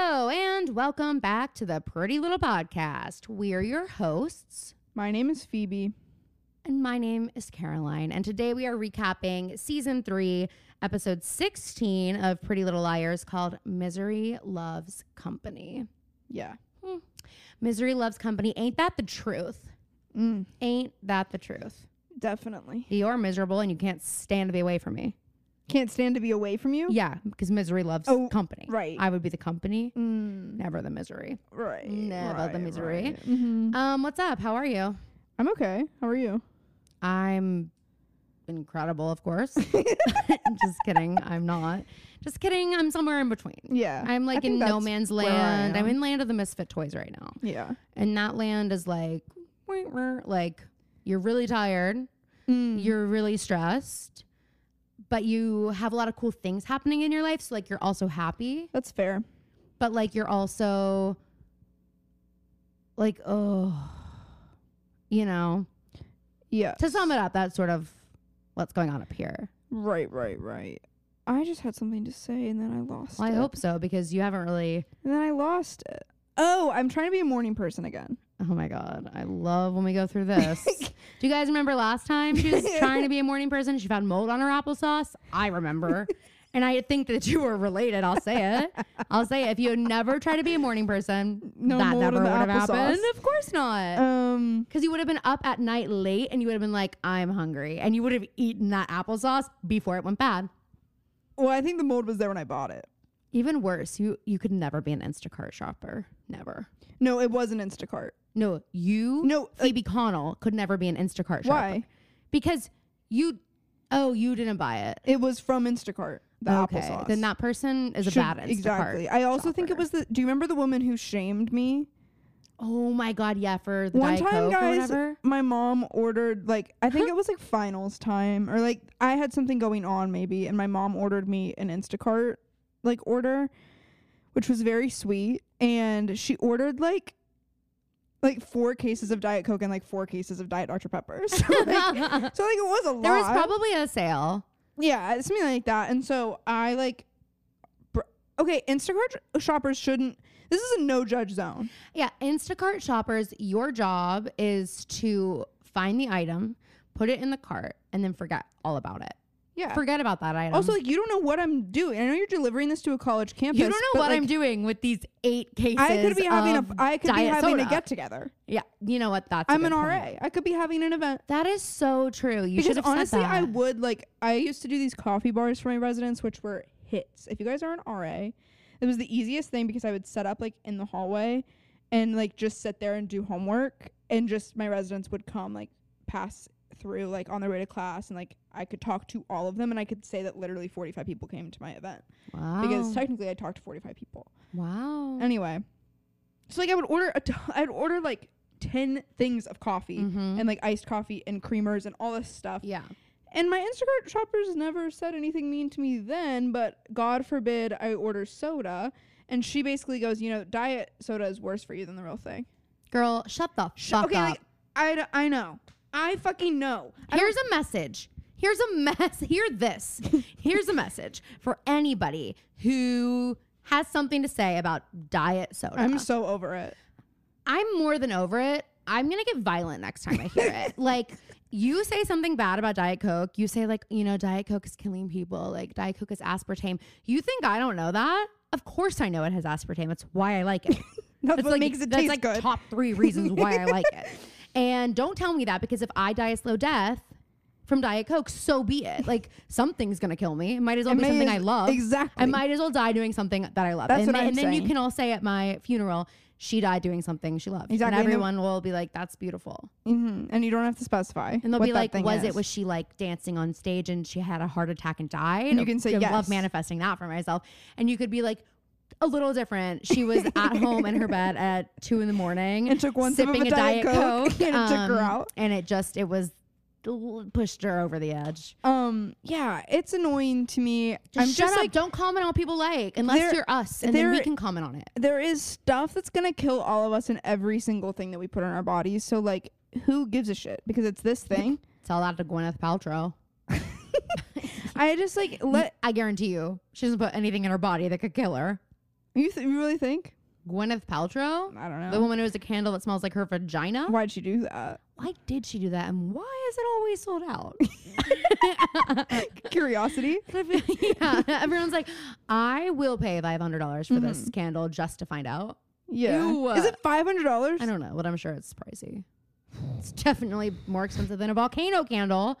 And welcome back to the Pretty Little Podcast. We're your hosts, My name is Phoebe. and my name is Caroline. And today we are recapping season three, episode 16 of Pretty Little Liars called Misery Loves Company. Yeah. Misery Loves Company. Ain't that the truth? Mm, Ain't that the truth? definitely. You're miserable and you can't stand to be away from me. Can't stand to be away from you. Yeah, because misery loves Oh, company. right. I would be the company, Mm, never the misery. right. Never the right, misery. right. Mhm. Um, what's up? How are you? I'm okay. How are you? I'm incredible, of course. Just kidding. I'm not. Just kidding. I'm somewhere in between. Yeah. I'm I like think in no that's man's where I land. I'm am. in land of the misfit toys right now. Yeah. And that land is like, wah, wah, like you're really tired. Mm-hmm. Mm, You're really stressed. But you have a lot of cool things happening in your life. So like you're also happy. That's fair. But like you're also like, oh, you know, Yeah. to sum it up, that's sort of what's going on up here. Right. Right. Right. I just had something to say and then I lost Well, I it. hope so because you haven't really. And then I lost it. Oh, I'm trying to be a morning person again. Oh my God. I love when we go through this. Do you guys remember last time she was trying to be a morning person? She found mold on her applesauce. I remember. and I think that you were related. I'll say it. I'll say it. If you had never tried to be a morning person, No that mold never on would the have applesauce. happened. Of course not. Um. Because you would have been up at night late and you would have been like, I'm hungry. And you would have eaten that applesauce before it went bad. Well, I think the mold was there when I bought it. Even worse, you, you could never be an Instacart shopper. Never. No, it was an Instacart. No, you No, like- Phoebe Connell could never be an Instacart shopper. Why? Because you oh, you didn't buy it. It was from Instacart. The okay. applesauce. Then that person is a Should- bad Instacart. Exactly. I also think it shopper. was the. Do you remember the woman who shamed me? Oh my god, yeah, for the One Diet time, Coke or guys, whatever. my mom ordered like I think it was like finals time or like I had something going on maybe, and my mom ordered me an Instacart like order, which was very sweet, and she ordered like. Like four cases of Diet Coke and like four cases of Diet Dr Pepper, so like, so, like, it was a lot. there was probably a sale. Yeah, something like that. And so I like, br- okay, Instacart shoppers shouldn't. This is a no judge zone. Yeah, Instacart shoppers, your job is to find the item, put it in the cart, and then forget all about it. Yeah. Forget about that item. also, like, you don't know what I'm doing. I know you're delivering this to a college campus. you don't know but, what like, I'm doing with these eight cases. I could be having of a. I could be diet having a soda. get together. Yeah, you know what? That's a I'm good an point. RA. I could be having an event. That is so true. You should have because honestly, said that. I would like. I used to do these coffee bars for my residents, which were hits. If you guys are an RA, it was the easiest thing because I would set up like in the hallway, and like just sit there and do homework, and just my residents would come like pass through like on their way to class, and like I could talk to all of them, and I could say that literally 45 people came to my event Wow. because technically I talked to 45 people. wow. Anyway, so like I would order a t- I'd order like 10 things of coffee. Mhm. And like iced coffee and creamers and all this stuff. yeah. And my Instacart shoppers never said anything mean to me then, but God forbid I order soda. And she basically goes, you know, diet soda is worse for you than the real thing. Girl, shut the Sh- fuck okay, up. like I, d- I know. I fucking know. I don't- Here's a message. Here's a mess. Hear this. Here's a message for anybody who has something to say about diet soda. I'm so over it. I'm more than over it. I'm gonna get violent next time I hear it. like you say something bad about Diet Coke. You say like, you know, Diet Coke is killing people. Like Diet Coke is aspartame. You think I don't know that? Of course I know it has aspartame. It's why I like it. That's what like, makes it that's taste like good. top three reasons why I like it. And don't tell me that because if I die a slow death from Diet Coke, so be it. Like something's gonna kill me. It might as well It be may something as- I love. exactly. I might as well die doing something that I love. That's and what then, I'm and then you saying. can all say at my funeral, she died doing something she loved. Exactly, And and then- everyone will be like, that's beautiful. Mhm. And you don't have to specify. Mm-hmm. And they'll what be that like, thing was is. it, was she like dancing on stage and she had a heart attack and died? And you can say I love yes. manifesting that for myself. And you could be like, a little different. She was at home in her bed at two in the morning And took one sip of sipping a Diet Coke, and it took her um, out. And it just, it was pushed her over the edge. Um, yeah, it's annoying to me. Just I'm shut just up. like, don't comment on what people like unless There- you're us, and then we there- can comment on it. there is stuff that's gonna kill all of us in every single thing that we put on our bodies. So like, who gives a shit? Because it's this thing. Tell that to Gwyneth Paltrow. I just like let I guarantee you, she doesn't put anything in her body that could kill her. you. Th- you really think? Gwyneth Paltrow, I don't know. the woman who has a candle that smells like her vagina. Why'd she do that? Why did she do that, and why is it always sold out? Curiosity. yeah, everyone's like, I will pay five hundred dollars for this candle just to find out. Yeah. Ew. Is it five hundred dollars? I don't know, but I'm sure it's pricey. It's definitely more expensive than a volcano candle,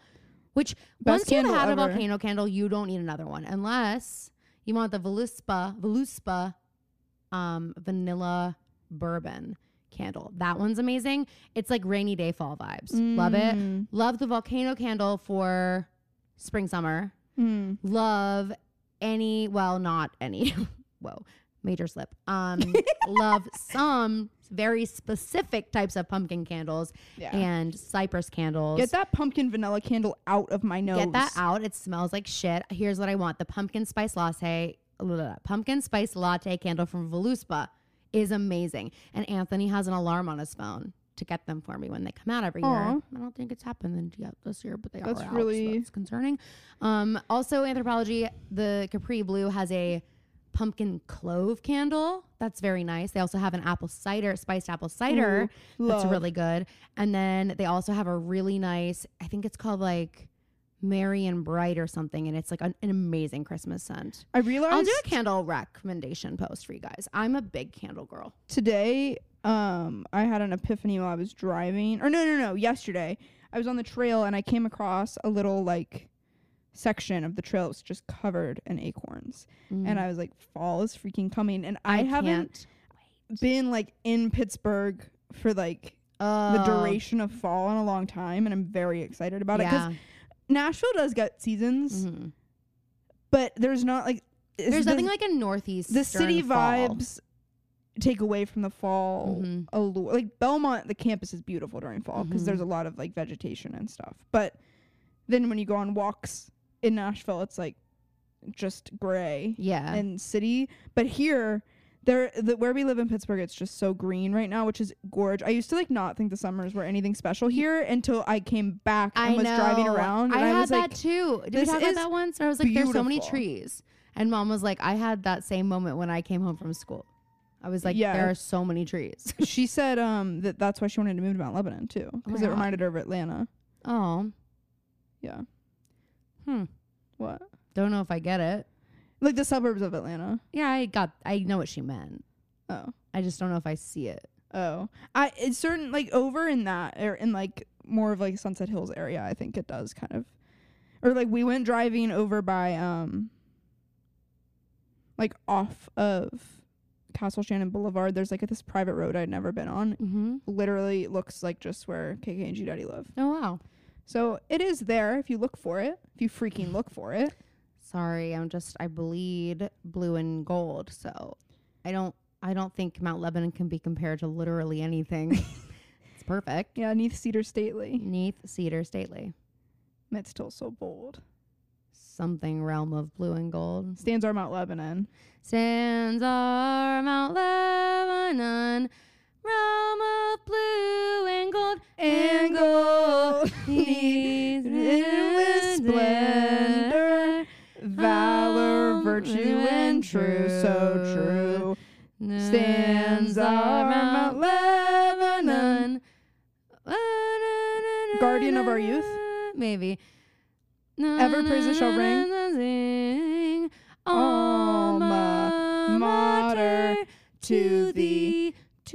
which once Best you've candle had a ever. volcano candle, you don't need another one unless you want the Voluspa Voluspa um, vanilla bourbon candle. That one's amazing. It's like rainy day fall vibes. Love it. Mm. Love the volcano candle for spring summer. Mm. Love any well, not any. Whoa, major slip. Um, love some very specific types of pumpkin candles Yeah. and cypress candles. Get that pumpkin vanilla candle out of my nose. Get that out. It smells like shit. Here's what I want: the pumpkin spice latte, blah, blah, blah. pumpkin spice latte candle from Voluspa is amazing. And Anthony has an alarm on his phone to get them for me when they come out every year. Aw. I don't think it's happened yet this year, but they That's are out, really- so that's concerning. Um, also, anthropology, the Capri Blue has a pumpkin clove candle. That's very nice. They also have an apple cider, spiced apple cider. Ooh, That's love. really good. And then they also have a really nice, I think it's called like Merry and Bright or something. And it's like an, an amazing Christmas scent. I realized I'll do a candle recommendation post for you guys. I'm a big candle girl. today um i had an epiphany while i was driving or no no no yesterday i was on the trail and i came across a little like section of the trail that was just covered in acorns Mm. and i was like fall is freaking coming and i, haven't can't. been like in pittsburgh for like the Oh, duration of fall in a long time and i'm very excited about it yeah. because nashville does get seasons Mhm. but there's not like it's- There's nothing the- like a northeast. the city vibes take away from the fall Mhm. allure. Like Belmont, the campus is beautiful during fall because Mhm. there's a lot of like vegetation and stuff. But then when you go on walks in Nashville, it's like just gray Yeah. and city. But here, there the, where we live in Pittsburgh, it's just so green right now, which is gorgeous. I used to like not think the summers were anything special here until I came back and I was know. driving around. And I I, had was that like, too. Did we this talk about is that once? I was like, there's so many beautiful. trees. And mom was like, I had that same moment when I came home from school. I was like, Yeah. there are so many trees. she said um that that's why she wanted to move to Mount Lebanon too because it God. reminded her of Atlanta. Oh, Yeah. hmm. What? Don't know if I get it. Like the suburbs of Atlanta. Yeah, I got. I know what she meant. Oh. I just don't know if I see it. Oh, I it's certain like over in that or in like more of like Sunset Hills area. I think it does kind of, or like we went driving over by um, like off of Castle Shannon Boulevard. There's like this private road I'd never been on. Mm-hmm. Literally looks like just where KK and G Daddy live. Oh wow. So it is there if you look for it. If you freaking look for it. Sorry, I'm just. I bleed blue and gold, so I don't. I don't think Mount Lebanon can be compared to literally anything. it's perfect. Yeah, neath Cedar Stately. Neath Cedar Stately, It's still so bold. something realm of blue and gold. Stands our Mount Lebanon. Stands our Mount Lebanon, realm of blue and gold and gold. These In with splendor, valor, Um, virtue, Oh, and true, so true, stands our Mount Mount Lebanon. Lebanon. Guardian of our youth? Maybe. Ever praises shall ring. ring. Alma mater to thee. to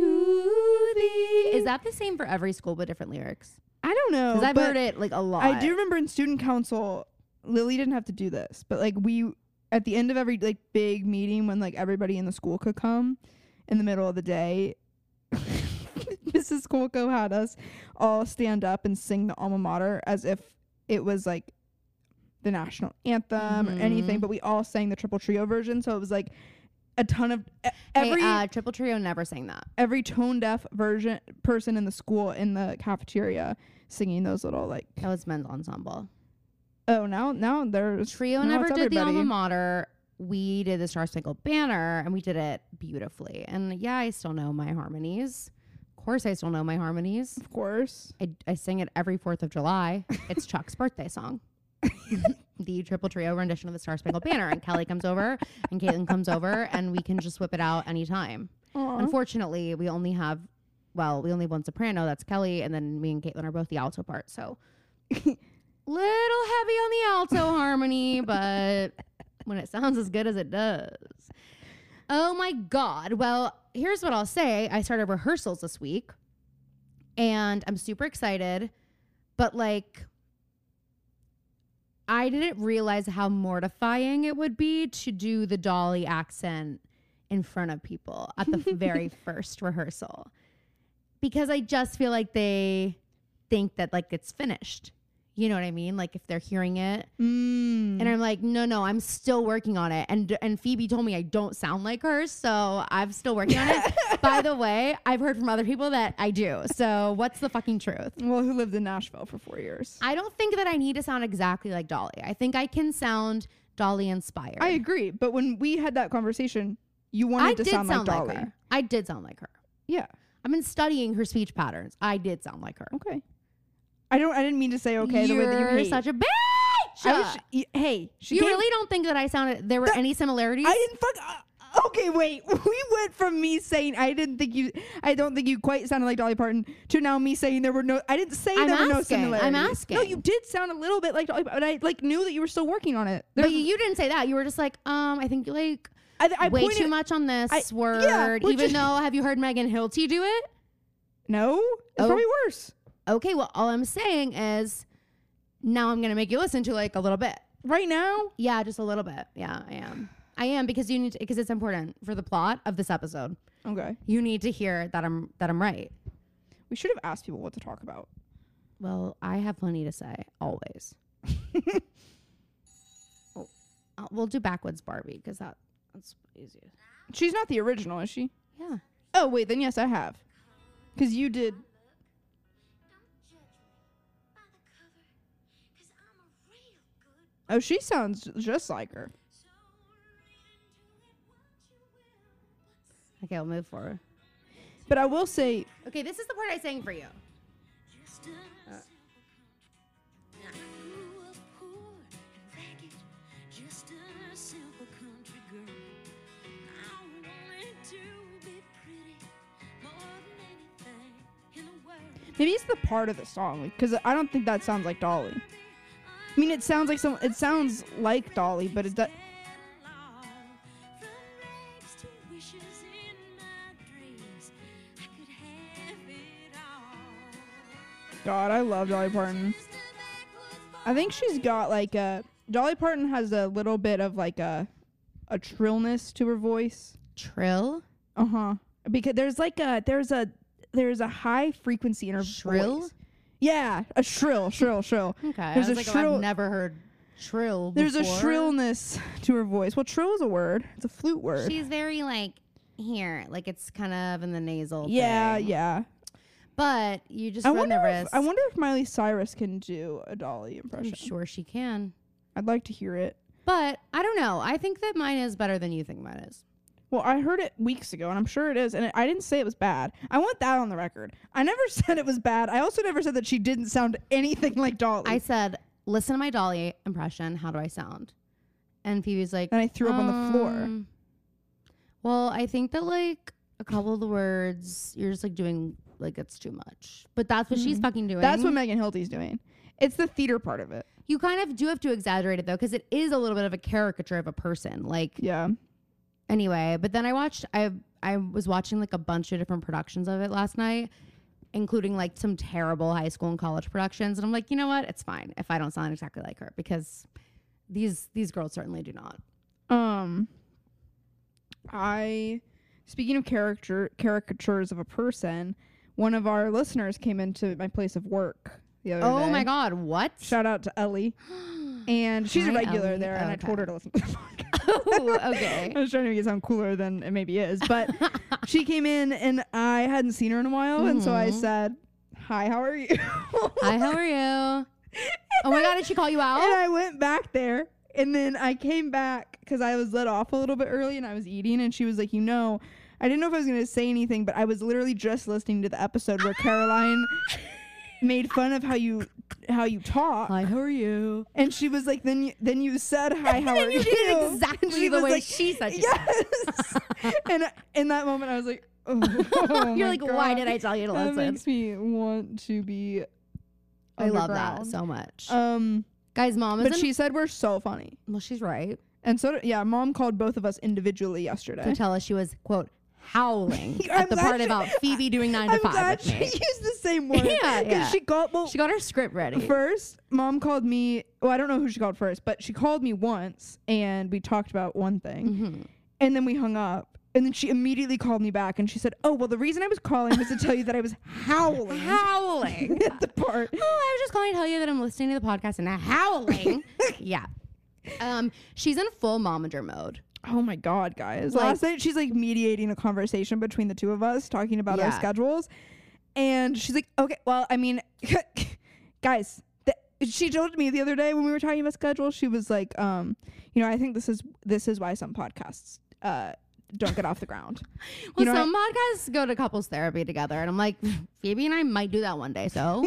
thee. Is that the same for every school but different lyrics? I don't know. Because I've Oh, but heard it like a lot. I do remember in student council, Lily didn't have to do this, but like we, at the end of every like big meeting when like everybody in the school could come in the middle of the day, Mrs. Kolko had us all stand up and sing the alma mater as if it was like the national anthem Mhm. or anything, but we all sang the triple trio version. So it was like a ton of e- Hey, every uh, Triple Trio never sang that. every tone deaf version person in the school in the cafeteria singing those little like That was men's ensemble. oh now now there's Trio now never it's did the alma everybody. mater. We did the Star Spangled Banner, and we did it beautifully. And yeah, I still know my harmonies. Of course, I still know my harmonies. of course I, I sing it every Fourth of July. It's Chuck's birthday song. the triple trio rendition of the Star Spangled Banner, and Kelly comes over, and Caitlin comes over, and we can just whip it out anytime. Aw. Unfortunately, we only have, well, we only have one soprano. That's Kelly, and then me and Caitlin are both the alto part. So, little heavy on the alto harmony, but when it sounds as good as it does. Oh my God. Well, here's what I'll say I started rehearsals this week, and I'm super excited, but like, I didn't realize how mortifying it would be to do the Dolly accent in front of people at the very first rehearsal because I just feel like they think that like it's finished. You know what I mean? Like if they're hearing it Mm. and I'm like, "No, no, I'm still working on it." And and Phoebe told me I don't sound like her, so I'm still working on it. By the way, I've heard from other people that I do. So, what's the fucking truth? well, who lived in Nashville for four years? I don't think that I need to sound exactly like Dolly. I think I can sound Dolly inspired. I agree, but when we had that conversation, you wanted I to did sound, like Dolly. her. I did sound like her. Yeah. I've been studying her speech patterns. I did sound like her. Okay. I don't. I didn't mean to say okay the way that you You're hate. such a bitch. I was- y- hey, she you gave- really don't think that I sounded there were any similarities? I didn't fuck. Uh, okay, wait. We went from me saying I didn't think you. I don't think you quite sounded like Dolly Parton to now me saying there were no. I didn't say I'm there were no asking, I'm similarities. No, asking. you did sound a little bit like Dolly, Parton, but I like knew that you were still working on it. but There's- you, you didn't say that. You were just like, um, I think you like I, I way pointed, too much on this I- yeah, word. which even is- though have you heard Megan Hilty do it? No, it's Oh. probably worse. Okay, well all I'm saying is now I'm gonna make you listen to like a little bit. Right now, Yeah, just a little bit. Yeah, I am. I am because you need to, because it's important for the plot of this episode. okay. You need to hear that I'm that I'm right. We should have asked people what to talk about. Well, I have plenty to say always. oh, uh, we'll do backwards Barbie because that that's easier. She's not the original, is she? Yeah. Oh wait, then yes, I have. Because you did. Don't judge me by the cover, i I'm a real good Oh, she sounds just like her. soul. Into it what you will, but Okay, I'll move forward. But I will say, Okay, this is the part I sang for you. just a simple country. I grew up poor and ragged, just a simple country girl. I wanted to be pretty more than anything in the world. Maybe it's the part of the song, because I don't think that sounds like Dolly. I mean, it sounds like some. It sounds like Dolly, but it does. God, I love Dolly Parton. I think she's got like a Dolly Parton has a little bit of like a a trillness to her voice. Trill, Uh huh. Because there's like a there's a there's a high frequency in her Shrill? voice. Yeah, a shrill, shrill, shrill. Okay, There's I was a like, oh, shrill- I've never heard trill. There's a before. shrillness to her voice. Well, trill is a word. It's a flute word. She's very like here, like it's kind of in the nasal. yeah, thing. yeah. But you just I run wonder, the if, risk. I wonder if Miley Cyrus can do a Dolly impression. I'm sure she can, I'd like to hear it. but I don't know. I think that mine is better than you think mine is. Well, I heard it weeks ago, and I'm sure it is. And it, I didn't say it was bad. I want that on the record. I never said it was bad. I also never said that she didn't sound anything like Dolly. I said, listen to my Dolly impression. How do I sound? And Phoebe's like, Then I threw up on the floor. "Um, Well, I think that like a couple of the words you're just like doing like it's too much. But that's what she's fucking doing. Mm-hmm. That's what Megan Hilty's doing. It's the theater part of it. you kind of do have to exaggerate it though, because it is a little bit of a caricature of a person. Like Yeah. anyway, but then I watched I I was watching like a bunch of different productions of it last night, including like some terrible high school and college productions. And I'm like, you know what? It's fine if I don't sound exactly like her because these these girls certainly do not. Um. I, speaking of character caricatures of a person, one of our listeners came into my place of work the other day. Oh my god, what? Shout out to Ellie. And she's a Hi, regular Ellie. there, and I told Okay. her to listen to the podcast. oh, okay. I was trying to make it sound cooler than it maybe is. But she came in, and I hadn't seen her in a while. And so I Mhm. said, Hi, how are you? Hi, how are you? Oh my god, did she call you And out? I went back there. And then I came back because I was let off a little bit early and I was eating. And she was like, You know, I didn't know if I was going to say anything, but I was literally just listening to the episode where Caroline. made fun of how you how you talk. Hi, how are you? And she was like, then you, then you said hi, how And are you you? did it And exactly she the was way like, she said you said Yes. and I- in that moment, I was like, oh, oh You're my like, why God. did I tell you to That listen? makes me want to be. I love that underground. so much. Um, Guys, mom is but she said we're so funny, well, she's right. and so d- yeah, mom called both of us individually yesterday. Coachella, she was quote howling I'm at the glad part she- about Phoebe doing nine to I'm glad five with she me. used the same word. Yeah, 'cause yeah. She got well. She got her script ready. First, mom called me. Well, I don't know who she called first, but she called me once and we talked about one thing. Mhm. And then we hung up. And then she immediately called me back and she said, Oh, well, the reason I was calling was to tell you that I was howling Howling. at the part. Oh, I was just calling to tell you that I'm listening to the podcast and howling. yeah. Um, she's in full momager mode. Oh my God, guys. Like- Last night, she's like mediating a conversation between the two of us, talking about our Yeah. schedules. And she's like, Okay, well, I mean, guys. th- She told me the other day when we were talking about schedules, she was like, um, you know, I think this is this is why some podcasts uh, don't get off the ground. Well, know what some podcasts go to couples therapy together, and I'm like, Phoebe and I might do that one day. So,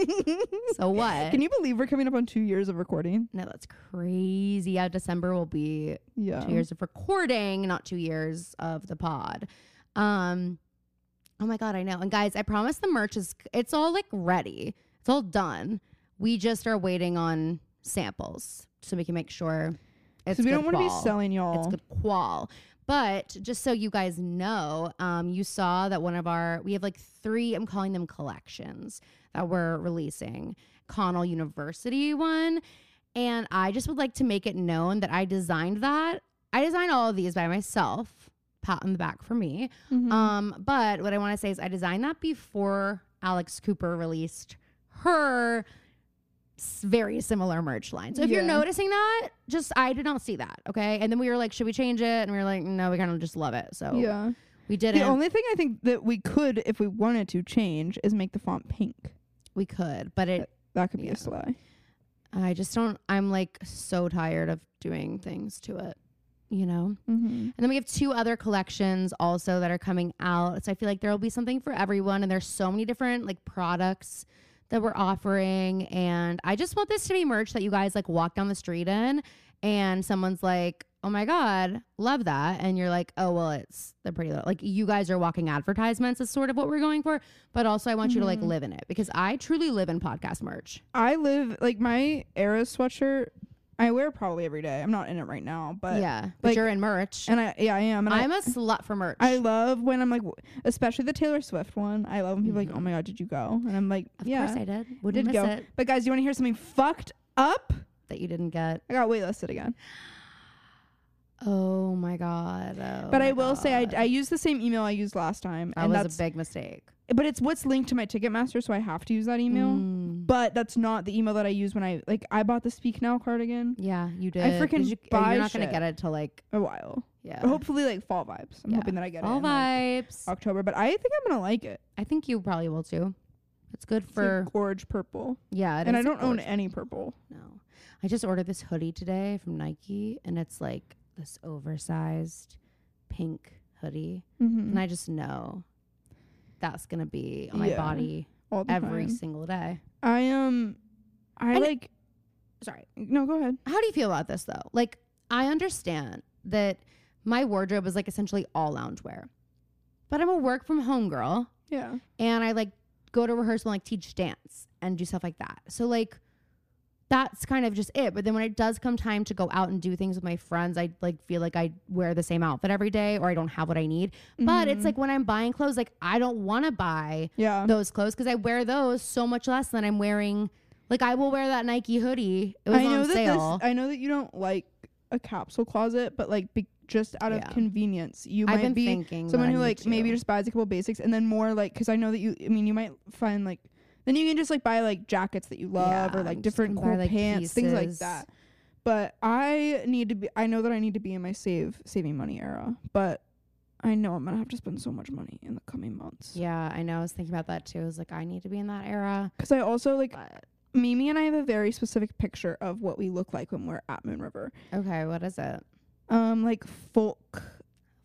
so what? Can you believe we're coming up on two years of recording? no, that's crazy. Yeah, December will be Yeah. two years of recording, not two years of the pod. Um, oh my god, I know. And guys, I promise the merch is it's all like ready. It's all done. We just are waiting on samples so we can make sure it's. So we don't good want to be qual. selling y'all. It's good qual. But just so you guys know, um, you saw that one of our we have like three. I'm calling them collections that we're releasing. Connell University one, and I just would like to make it known that I designed that. I designed all of these by myself. Pat on the back for me. Mhm. Um, but what I want to say is I designed that before Alex Cooper released her s- very similar merch line. So if you're Yeah. noticing that, just I did not see that. Okay. And then we were like, should we change it? And we were like, no, we kind of just love it. So yeah. we didn't. Oh. The only thing I think that we could, if we wanted to, change is make the font pink. we could, but it. That could be Yeah. a sly. Uh I just don't. I'm like so tired of doing things to it. You know. Mm-hmm. And then we have two other collections also that are coming out. So I feel like there will be something for everyone. And there's so many different like products that we're offering. And I just want this to be merch that you guys like walk down the street in and someone's like, oh my God, love that. And you're like, oh, well, it's the pretty little. Like you guys are walking advertisements is sort of what we're going for. But also, I want you to like Mhm. live in it because I truly live in podcast merch. I live like my Era sweatshirt. I wear probably every day. I'm not in it right now, but yeah. but like- you're in merch. And I yeah I am. And i I'm a slut for merch. I love when I'm like, w- especially the Taylor Swift one. I love when people are like, oh my god, did you go? And I'm like, Mm-hmm. of yeah, course I did. Wouldn't did miss go. it But guys, do you want to hear something fucked up? that you didn't get. I got waitlisted again. Oh my god! Oh but my I will say I, God. I used the same email I used last time, that and was that's a big mistake. but it's what's linked to my Ticketmaster, so I have to use that email. Mm. But that's not the email that I use when I like I bought the Speak Now cardigan Yeah, you did. I freaking 'Cause you, oh, buy You're not gonna shit. get it till like a while. yeah. Hopefully, like fall vibes. Uh. I'm Yeah. hoping that I get All it in like, vibes. October. But I think I'm gonna like it. I think you probably will too. It's good It's like for gorge purple, yeah. it and I is don't own gorgeous. any purple. No, I just ordered this hoodie today from Nike, and it's like this oversized pink hoodie, Mm-hmm. and I just know that's gonna be on my Yeah. body All the every time. single day. I um, I And- like Sorry. no. Go ahead. How do you feel about this though? Like, I understand that my wardrobe is like essentially all loungewear, but I'm a work from home girl Yeah. and I like go to rehearsal and like teach dance and do stuff like that. So, like, that's kind of just it. But then when it does come time to go out and do things with my friends, I like feel like I wear the same outfit every day or I don't have what I need. But it's Mhm. like when I'm buying clothes, like, I don't want to buy Yeah. those clothes because I wear those so much less than I'm wearing. Like, I will wear that Nike hoodie. It was I know on that sale. this. I know that you don't like a capsule closet, but like be, just out Yeah. of convenience, you I've might been be thinking that someone I who need like maybe to. just buys a couple basics and then more like because I know that you. I mean, you might find like then you can just like buy like jackets that you love Yeah, or you like just different can buy, cool like, pants, things like pieces. that. But I need to be. I know that I need to be in my save saving money era, but I know I'm gonna have to spend so much money in the coming months. Yeah, I know. I was thinking about that too. I was like, I need to be in that era. Because I also like But Mimi and I have a very specific picture of what we look like when we're at Moon River. okay, what is it? um like folk,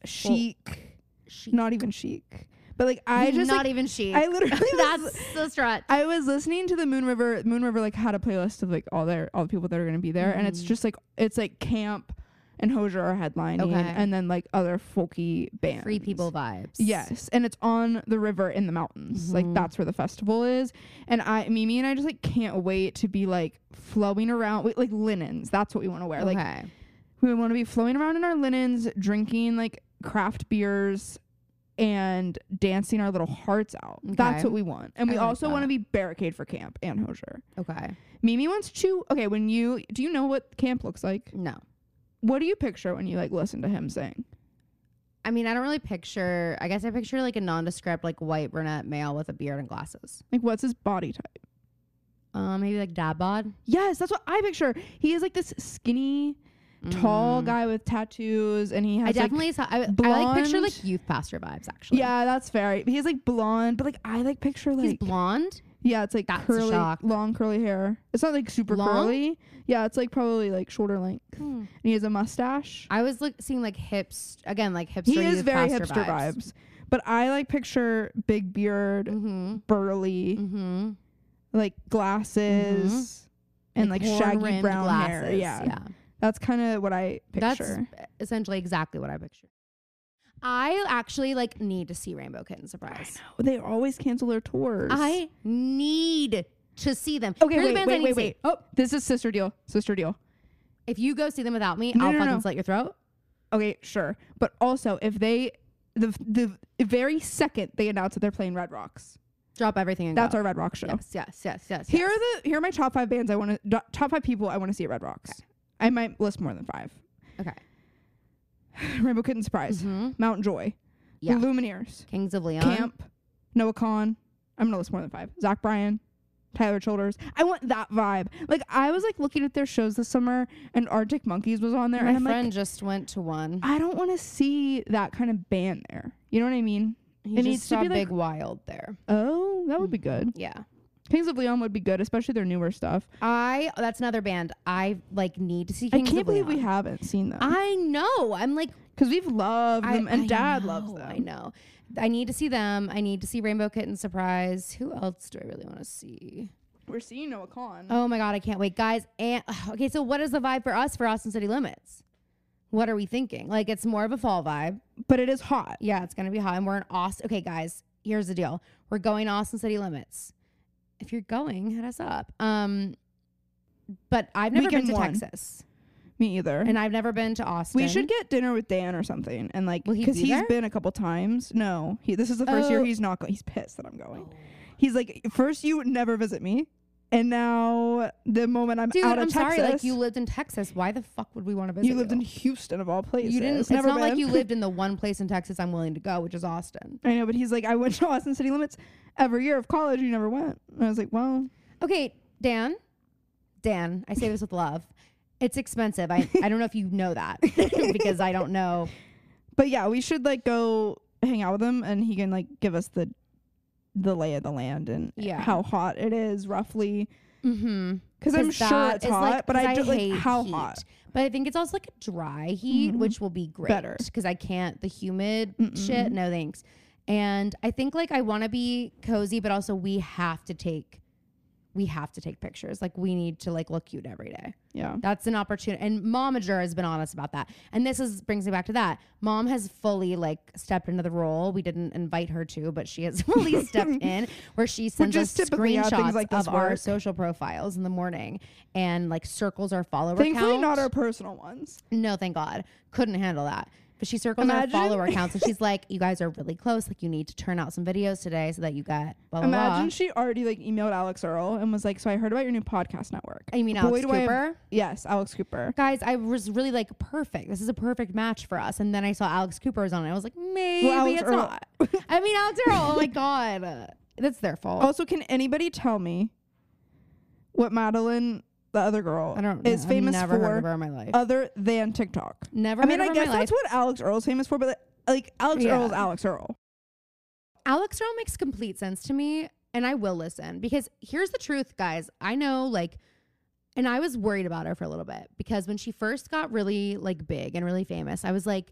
chic She not even chic But like I just not like, even she. I literally was, That's the stretch. I was listening to the Moon River Moon River like had a playlist of like all their all the people that are gonna be there, and Mm-hmm. it's just like it's like camp and Hozier are headlining, Okay. and then like other folky bands. Free people vibes. Yes, and it's on the river in the mountains. Mm-hmm. Like that's where the festival is. And I, Mimi, and I just like can't wait to be like flowing around with like linens. That's what we want to wear. Okay. Like we want to be flowing around in our linens, drinking like craft beers, and dancing our little hearts out. Okay. That's what we want. And I we like also want that. to be barricade for camp and Hosier. okay. Mimi wants to. Okay, when you do you know what camp looks like? No. What do you picture when you like listen to him sing? I mean, I don't really picture. I guess I picture like a nondescript, like white brunette male with a beard and glasses. Like what's his body type? Uh, maybe like dad bod. Yes, that's what I picture. He is like this skinny, tall Mm. guy with tattoos, and he has I like- definitely saw. I, I like picture blonde- like youth pastor vibes. Actually, yeah, that's fair. He has like blonde, but like I like picture like he's blonde. yeah, it's like That's a curly, shock. long curly hair. It's not like super Long? curly. Yeah, it's like probably like shoulder length, and he has a mustache. I was like seeing like hips again, like hipster. he is youth very pastor hipster vibes. but I like picture big beard, Mm-hmm. burly, Mm-hmm. like glasses. And like, shaggy brown hair, yeah. yeah. that's kind of what I That's picture. essentially exactly what I picture. I actually like need to see Rainbow Kitten I Surprise. know they always cancel their tours. I need to see them. Okay, Here are the wait, bands I wait, need to wait, see. wait. Oh, this is sister deal. Sister deal. If you go see them without me, No, I'll no, fucking no. slit your throat. Okay, sure. But also, if they the the very second they announce that they're playing Red Rocks, Drop everything and that's go. our Red Rock show. Yes, yes, yes, yes. Here yes. are the here are my top five bands I want to top five people I want to see at Red Rocks. I might list more than five. okay. Rainbow Kitten Surprise, hmm Mount Joy, Yeah. the Lumineers, Kings of Leon. Camp, Noah Khan. I'm gonna list more than five. Zach Bryan. Tyler Childers. I want that vibe. Like I was like looking at their shows this summer, and Arctic Monkeys was on there, My and I'm like, friend just went to one. I don't want to see that kind of band there. You know what I mean? He it just needs to saw be, like- Big Mm. Wild there. Oh, that would be good. Yeah. Kings of Leon would be good, especially their newer stuff. I that's another band I like need to see. Kings I can't of believe we Leon. haven't seen them I know. I'm like because we've loved I, them Um, and I Dad loves know, them. I know. I need to see them. I need to see Rainbow Kitten Surprise. Who else do I really want to see? We're seeing Noah Khan. Oh my god, I can't wait, guys. And okay, so what is the vibe for us for Austin City Limits? What are we thinking? Like it's more of a fall vibe. But it is hot. Yeah, it's gonna be hot, and we're in Austin. Okay, guys, here's the deal: we're going to Austin City Limits. If you're going, hit us up. Um, but I've never Weekend been to one. Texas, Me either. and I've never been to Austin. we should get dinner with Dan or something, and like Will he because be he has there? been a couple times. No, he, this is the first year Oh. he's not going. He's pissed that I'm going. He's like, first you would never visit me, and now the moment I'm Dude, out I'm of Texas, sorry. Like you lived in Texas. Why the fuck would we want to visit? you lived in Houston of all places. You didn't. It's Never not like been. you lived in the one place in Texas I'm willing to go, which is Austin. I know, but he's like, I went to Austin City Limits every year of college. You never went. And I was like, well, Okay, Dan. Dan, I say this with love. It's expensive. I, I don't know if you know that because I don't know. but yeah, we should like go hang out with him, and he can like give us the the lay of the land and Yeah. how hot it is roughly. Mm-hmm. Because I'm sure it's hot, but I don't like how hot. But I think it's also like a dry heat, which will be great Better. because I can't the humid shit. No thanks. And I think like I want to be cozy, but also we have to take we have to take pictures. Like we need to like look cute every day. Yeah, That's an opportunity. And Momager has been honest about that. And this is brings me back to that. Mom has fully like stepped into the role. We didn't invite her to, but she has fully stepped in where she sends is us typically how things screenshots like this of our work. social profiles in the morning and like circles our follower thankfully count. not our personal ones. no, thank God. Couldn't handle that. But she circles Imagine- our follower counts and she's like, You guys are really close. Like you need to turn out some videos today so that you get blah blah Imagine blah. she already like emailed Alex Earl and was like, "So I heard about your new podcast network." I mean Boy, Alex do I have- Cooper. yes, Alex Cooper. guys, I was really like, perfect. This is a perfect match for us. And then I saw Alex Cooper was on it. I was like, maybe Alex it's Earl- not. I mean, Alex Earl, oh my God. That's their fault. Also, can anybody tell me what Madeline, the other girl, I don't know. is famous I've never for heard of her in my life. other than TikTok? never I mean, heard of I her guess in my that's life. what Alex Earl's famous for, but like, like Alex Yeah. Earl is Alex Earl. Alex Earl makes complete sense to me. And I will listen because here's the truth, guys. I know, like, and I was worried about her for a little bit because when she first got really, like, big and really famous, I was like,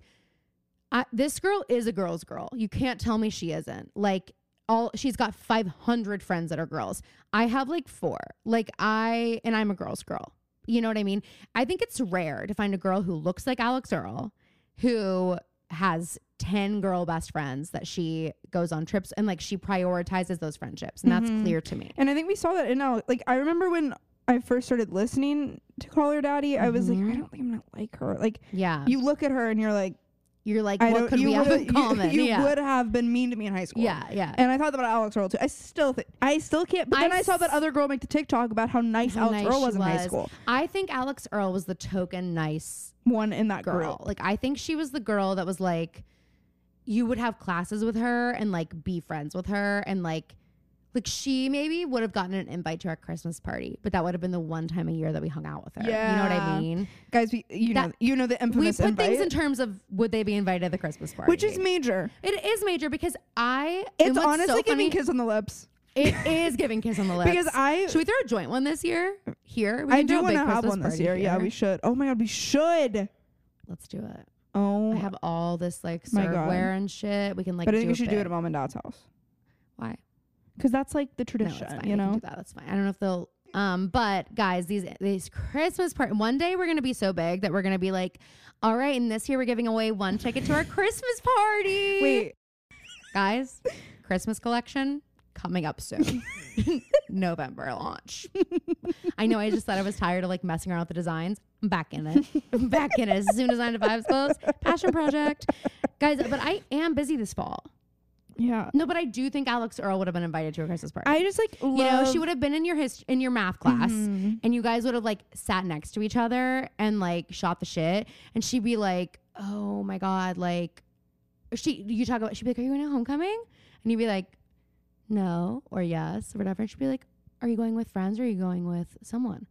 I, this girl is a girl's girl. You can't tell me she isn't. Like all she's got 500 friends that are girls. I have like four. Like I and I'm a girl's girl. You know what I mean? I think it's rare to find a girl who looks like Alex Earl who has 10 girl best friends that she goes on trips and like she prioritizes those friendships. And that's Mhm. clear to me. And I think we saw that in Alex. Like I remember when I first started listening to Call Her Daddy, I was like, Mhm. I don't think I'm gonna like her. Like Yeah. you look at her and you're like, You're like, I what don't. could You we have would, in you, common? you yeah. would have been mean to me in high school. yeah. Yeah. And I thought that about Alex Earl too. I still, think I still can't. But I then I saw that s- other girl make the TikTok about how nice How Alex nice Earl she was in high was. school. I think Alex Earl was the token nice One in that girl. girl. Like I think she was the girl that was like you would have classes with her and like be friends with her and like like she maybe would have gotten an invite to our Christmas party, but that would have been the one time a year that we hung out with her. You know what I Yeah. mean? Guys, we, you That- know, you know the we infamous put things invite, in terms of would they be invited to the Christmas party? which is major. it is major because I and It's what's honestly so giving funny, kiss on the lips. It is giving kiss on the lips. Because I, should we throw a joint one this year? Here, we I can do a want big to have Christmas one this party year. Yeah, here. we should. Oh my god, we should. let's do it. Oh, I have all this like My God. serveware and shit. We can like. but I think do we should do it big. at mom and dad's house Why? because that's like the No, it's tradition. fine. you We can know, do that. That's fine. I don't know if they'll. Um, but guys, these these Christmas part. One day we're gonna be so big that we're gonna be like, all right, and this year we're giving away one ticket to our Christmas party. wait, guys, Christmas collection coming up soon. November launch. I know I just said I was tired of like messing around with the designs. I'm back in it. I'm back in it as soon as I to Vibes close. Passion project. Guys, but I am busy this fall. yeah. No, but I do think Alex Earl would have been invited to a Christmas party. I just like you know, she would have been in your hist- in your math class, and you guys would have like sat next to each other and like shot the shit, and she'd be like, "Oh my god!" Like, she you talk about she'd be like, "Are you going to homecoming?" And you'd be like, "No" or "Yes" or whatever, and she'd be like, "Are you going with friends or are you going with someone?"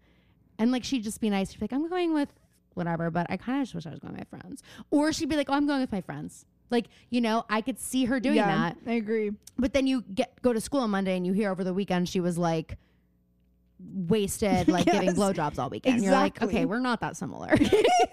And like she'd just be nice. She'd be like, "I'm going with whatever," but I kind of just wish I was going with my friends. Or she'd be like, "Oh, I'm going with my friends." Like, you know, I could see her doing that. I agree. But then you get go to school on Monday and you hear over the weekend she was like wasted, like giving Yes. blowjobs all weekend. You're like, okay, Exactly. we're not that similar.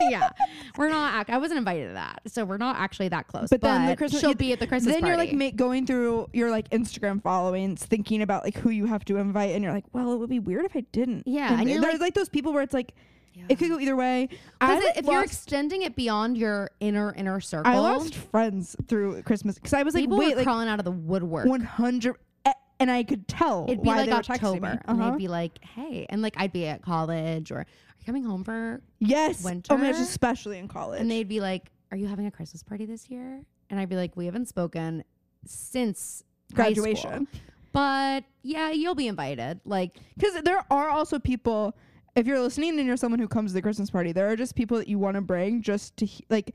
yeah, we're not. Act- I wasn't invited to that, so we're not actually that close. But, But then the Christmas- she'll you- be at the Christmas then party. you're like ma- going through your like Instagram followings, thinking about like who you have to invite, and you're like, well, it would be weird if I didn't. Yeah, and and you're, there's like- like, those people where it's like Yeah. it could go either way. 'Cause I it- like, if you're lost- extending it beyond your inner inner circle, I lost friends through Christmas because I was like, people wait, were like crawling out of the woodwork. 100, a- and I could tell It'd be why like they were texting me. October, and Uh-huh. they'd be like, "Hey," and like I'd be at college or "Are you coming home for yes, oh my gosh, winter, especially in college. And they'd be like, Are you having a Christmas party this year? And I'd be like, We haven't spoken since high school. graduation But yeah, you'll be invited. Like, because there are also people. If you're listening and you're someone who comes to the Christmas party, there are just people that you want to bring just to he- like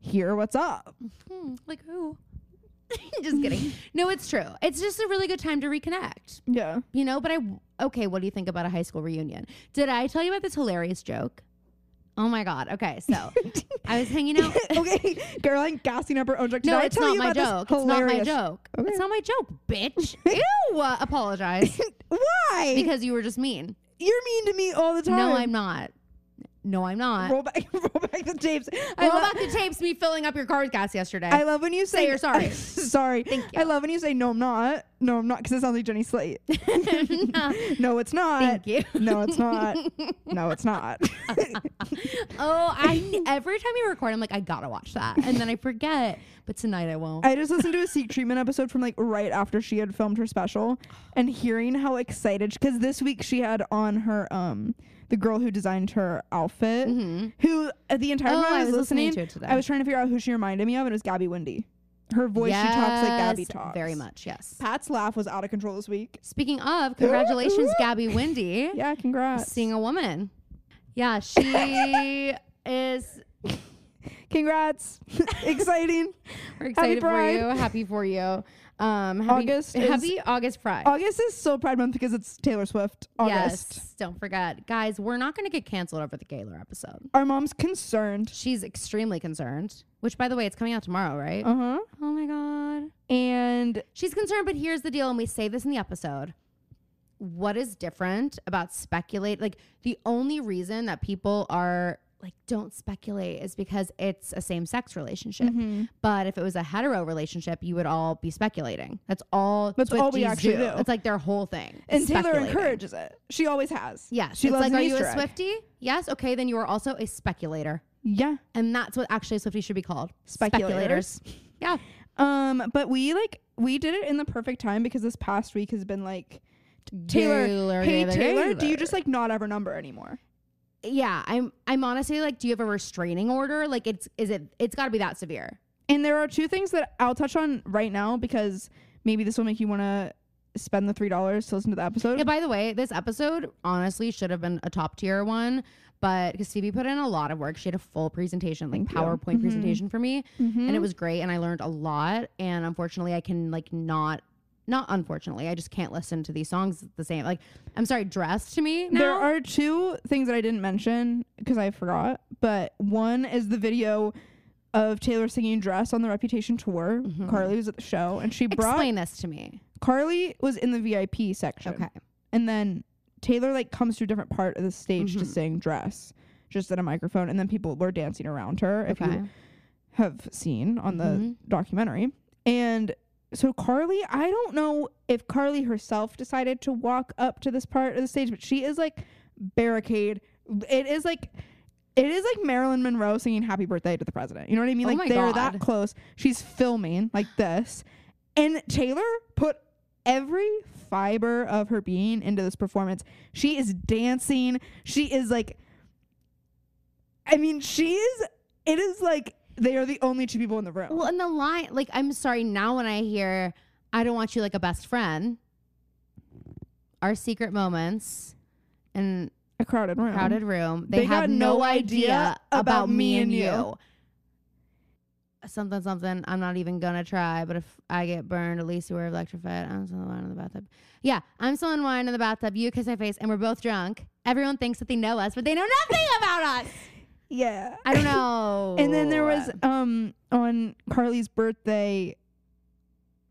hear what's up. hmm, like who? just kidding. No, it's true. It's just a really good time to reconnect, Yeah. you know? But I, okay, what do you think about a high school reunion? Did I tell you about this hilarious joke? Oh my God. Okay, so I was hanging out. okay, Caroline gassing up her own joke. Did No, I it's tell not you my joke. about this It's not my hilarious- joke. Okay. It's not my joke, bitch. Ew. Apologize Why? because you were just mean. you're mean to me all the time. No, I'm not. No, I'm not. Roll back, roll back the tapes. I, Roll lo- back the tapes. Me filling up your card gas yesterday. I love when you say, you're sorry. sorry. Thank I you. love when you say no, I'm not. No, I'm not, because it sounds like Jenny Slate. no, it's not. Thank you. No, it's not. no, it's not. oh, I every time you record, I'm like, I gotta watch that, and then I forget. But tonight I won't. I just listened to a Seek Treatment episode from like right after she had filmed her special, and hearing how excited because this week she had on her um the girl who designed her outfit, who uh, the entire Mm-hmm. Oh, time I I was, was listening listening, to it today. I was trying to figure out who she reminded me of, and it was Gabby Windy. Her voice, she talks like Gabby Yes, talks Very much, yes. Pat's laugh was out of control this week. Speaking of, congratulations, Gabby Windy, Yeah, congrats. seeing a woman. Yeah, she is. Congrats. Exciting. We're excited for Pride. you. Happy for you. Um, happy, August is- Happy August Pride. August is so Pride Month because it's Taylor Swift. August. Yes, don't forget, guys. We're not going to get canceled over the Gaylor episode. Our mom's concerned. She's extremely concerned. Which, by the way, it's coming out tomorrow, right? Uh huh. Oh my God. And She's concerned, but here's the deal, and we say this in the episode. What is different about speculate? Like, the only reason that people are like don't speculate is because it's a same sex relationship. Mhm. But if it was a hetero relationship, you would all be speculating. That's all. That's all we Swifties actually do. It's like their whole thing. And is Taylor speculating. encourages it. She always has. Yes, She it's loves like, an are you Easter a egg. Swifty? Yes. Okay, then you are also a speculator, Yeah. and that's what actually a Swifty should be called. Speculators. Yeah. Um, but we like we did it in the perfect time because this past week has been like Taylor, Taylor, hey Taylor, Taylor, do you Taylor." just like not have her number anymore? Yeah. I'm. I'm honestly like, do you have a restraining order? Like, it's is it? It's got to be that severe. And there are two things that I'll touch on right now because maybe this will make you want to spend the three dollars to listen to the episode. Yeah, by the way, this episode honestly should have been a top tier one, but because Phoebe put in a lot of work, she had a full presentation, like PowerPoint Mm-hmm. presentation for me, and it was great, and I learned a lot. And unfortunately, I can like not, not unfortunately, I just can't listen to these songs the same. Like, I'm sorry, dress to me now. There are two things that I didn't mention because I forgot, but one is the video of Taylor singing "Dress" on the Reputation tour. Mm-hmm. Carly was at the show, and she brought Explain this to me. Carly was in the VIP section. Okay. and then Taylor like comes to a different part of the stage Mm-hmm. to sing "Dress," just at a microphone, and then people were dancing around her. If Okay. you have seen on the Mhm. documentary, and so Carly, I don't know if Carly herself decided to walk up to this part of the stage, but she is like barricade. It is like. It is like Marilyn Monroe singing "Happy Birthday" to the president. You know what I mean? Oh Like my they're that God. close. She's filming like this, and Taylor put every fiber of her being into this performance. She is dancing. She is like, I mean, she is, it is like they are the only two people in the room. Well, and the line, like, I'm sorry, now when I hear, I don't want you like a best friend, our secret moments, and a crowded room. crowded room. They, They have got no, no idea, idea about about me me and and you. you. Something, something. I'm not even gonna try. But if I get burned, at least you were electrified. I'm still in wine in the bathtub. Yeah, I'm still in wine in the bathtub. You kiss my face, and we're both drunk. Everyone thinks that they know us, but they know nothing about us. Yeah. I don't know. and then there was um on Carly's birthday.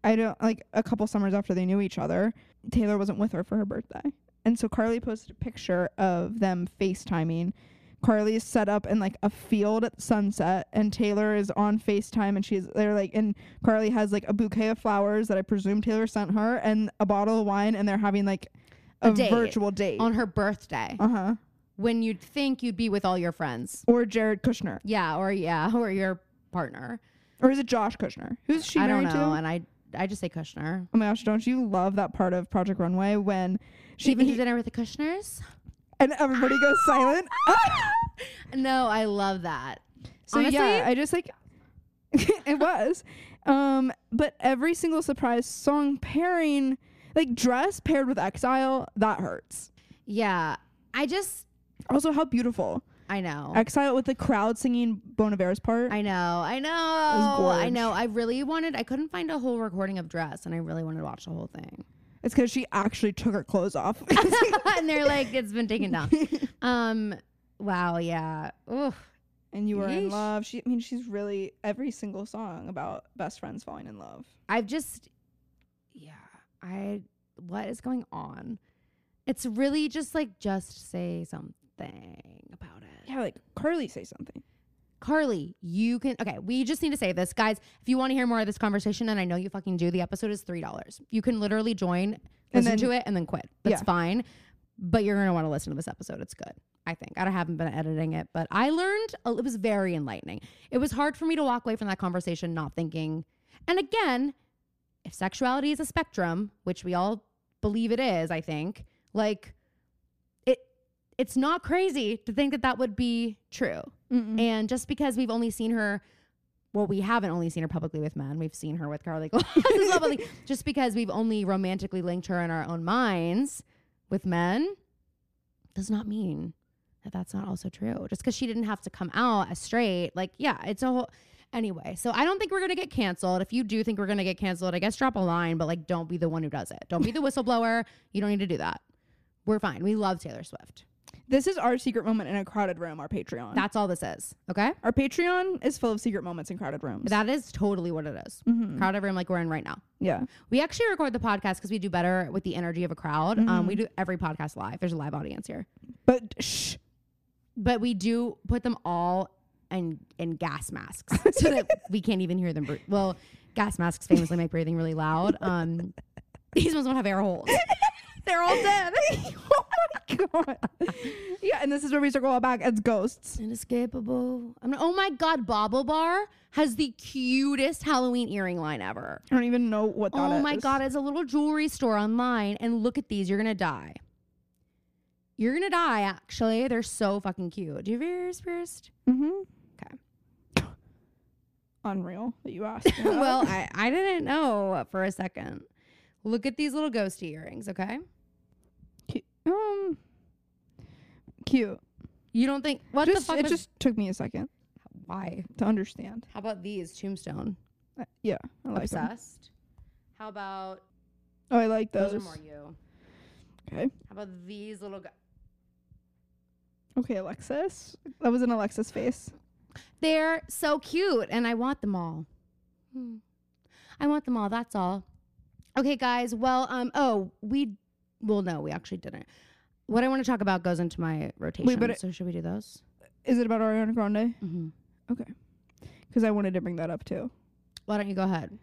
I don't like a couple summers after they knew each other. Taylor wasn't with her for her birthday, and so Carly posted a picture of them FaceTiming. Carly is set up in like a field at sunset, and Taylor is on FaceTime, and she's they're like, and Carly has like a bouquet of flowers that I presume Taylor sent her, and a bottle of wine, and they're having like a, A date. virtual date. on her birthday uh huh. when you'd think you'd be with all your friends. Or Jared Kushner, Yeah, or yeah, or your partner. or is it Josh Kushner? Who's she I don't married know, to? and I I just say Kushner. Oh my gosh, don't you love that part of Project Runway when she She even he, did dinner with the Kushners. and everybody goes silent? Ah! No, I love that. so yeah, I just like it was. Um, but every single surprise song pairing, like dress paired with exile, that hurts. yeah. I just, Also, how beautiful I know, exile with the crowd singing Bon Iver's part. I know, I know, I gorge. know. I really wanted. I couldn't find a whole recording of Dress, and I really wanted to watch the whole thing. it's because she actually took her clothes off. and they're like, it's been taken down. Um, wow, yeah. Oof. and you were in Yeesh. love. She, I mean, she's really every single song about best friends falling in love. I've just, yeah. I what is going on? It's really just like just say something about it. Yeah, like Carly say something. Carly, you can. Okay, we just need to say this, guys. If you want to hear more of this conversation, and I know you fucking do, the episode is three dollars. You can literally join, And listen then- to it, and then quit. That's Yeah. fine. But you're gonna want to listen to this episode. It's good. I think I don't- haven't been editing it, but I learned a- it was very enlightening. It was hard for me to walk away from that conversation not thinking. And again, if sexuality is a spectrum, which we all believe it is, I think like it. It's not crazy to think that that would be true. Mm-hmm. And just because we've only seen her, well, we haven't only seen her publicly with men. We've seen her with Carly Gloss. publicly. just because we've only romantically linked her in our own minds with men does not mean that that's not also true. Just because she didn't have to come out as straight, like, yeah, it's a whole. Anyway, so I don't think we're gonna get canceled. If you do think we're gonna get canceled, I guess drop a line, but like, don't be the one who does it. Don't be the whistleblower. You don't need to do that. We're fine. We love Taylor Swift. This is our secret moment in a crowded room, our Patreon. That's all this is. Okay. our Patreon is full of secret moments in crowded rooms. That is totally what it is. Crowded room like we're in right now. yeah. We actually record the podcast because we do better Mm-hmm. with the energy of a crowd. Um, we do every podcast live. There's a live audience here. But shh, but we do put them all in in gas masks so that we can't even hear them. breathe. Well, gas masks famously make breathing really loud. Um, these ones don't have air holes. They're all dead. Oh God. yeah, and this is where we circle all back as ghosts. Inescapable. I'm oh my god, Bobble Bar has the cutest Halloween earring line ever. I don't even know what that is. oh my god, it's a little jewelry store online and look at these. You're gonna die. You're gonna die, actually. They're so fucking cute. Do you have your ears pierced? Mm-hmm. 'Kay. Unreal that you asked. me that. well, I, I didn't know for a second. Look at these little ghost earrings, okay? um, cute. You don't think what just, the fuck? It was- just took me a second why? to understand. How about these tombstone? Uh, yeah, I like them. Obsessed. How about Oh, I like those. those. are more you? Okay. How about these little? Go- Okay, Alexis. That was an Alexis face. They're so cute, and I want them all. Hmm. I want them all. That's all. Okay, guys. Well, um, oh, we, well, no, we actually didn't. What I want to talk about goes into my rotation. it- so should we do those? Is it about Ariana Grande? hmm Because I wanted to bring that up too. Why don't you go ahead?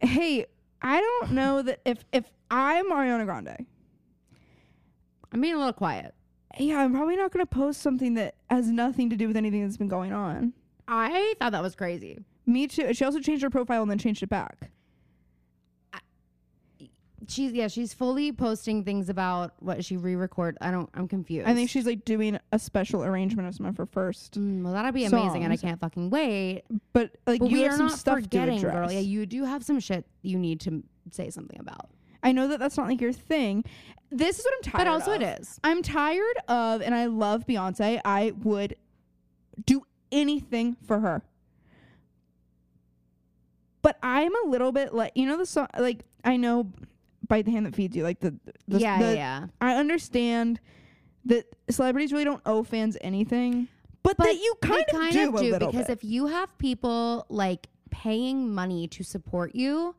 Hey, I don't know that if if I'm Ariana Grande, I'm being a little quiet. yeah, I'm probably not gonna post something that has nothing to do with anything that's been going on. I thought that was crazy. Me too. She also changed her profile and then changed it back. She's yeah, she's fully posting things about what she re-record. I don't. I'm confused. I think she's like doing a special arrangement of some of her first. Mm, well, that'll be amazing, and I Songs. can't fucking wait. But like But you we have are some not stuff to forgetting, address. girl. Yeah, you do have some shit you need to m- say something about. I know that that's not like your thing. This is what I'm tired. But also, of. it is. I'm tired of, and I love Beyonce. I would do anything for her. But I'm a little bit like you know the song like I know bite the hand that feeds you like the, the yeah, the- yeah. I understand that celebrities really don't owe fans anything, but, that you they kind, of, do, a little because bit. if you have people like paying money to support you,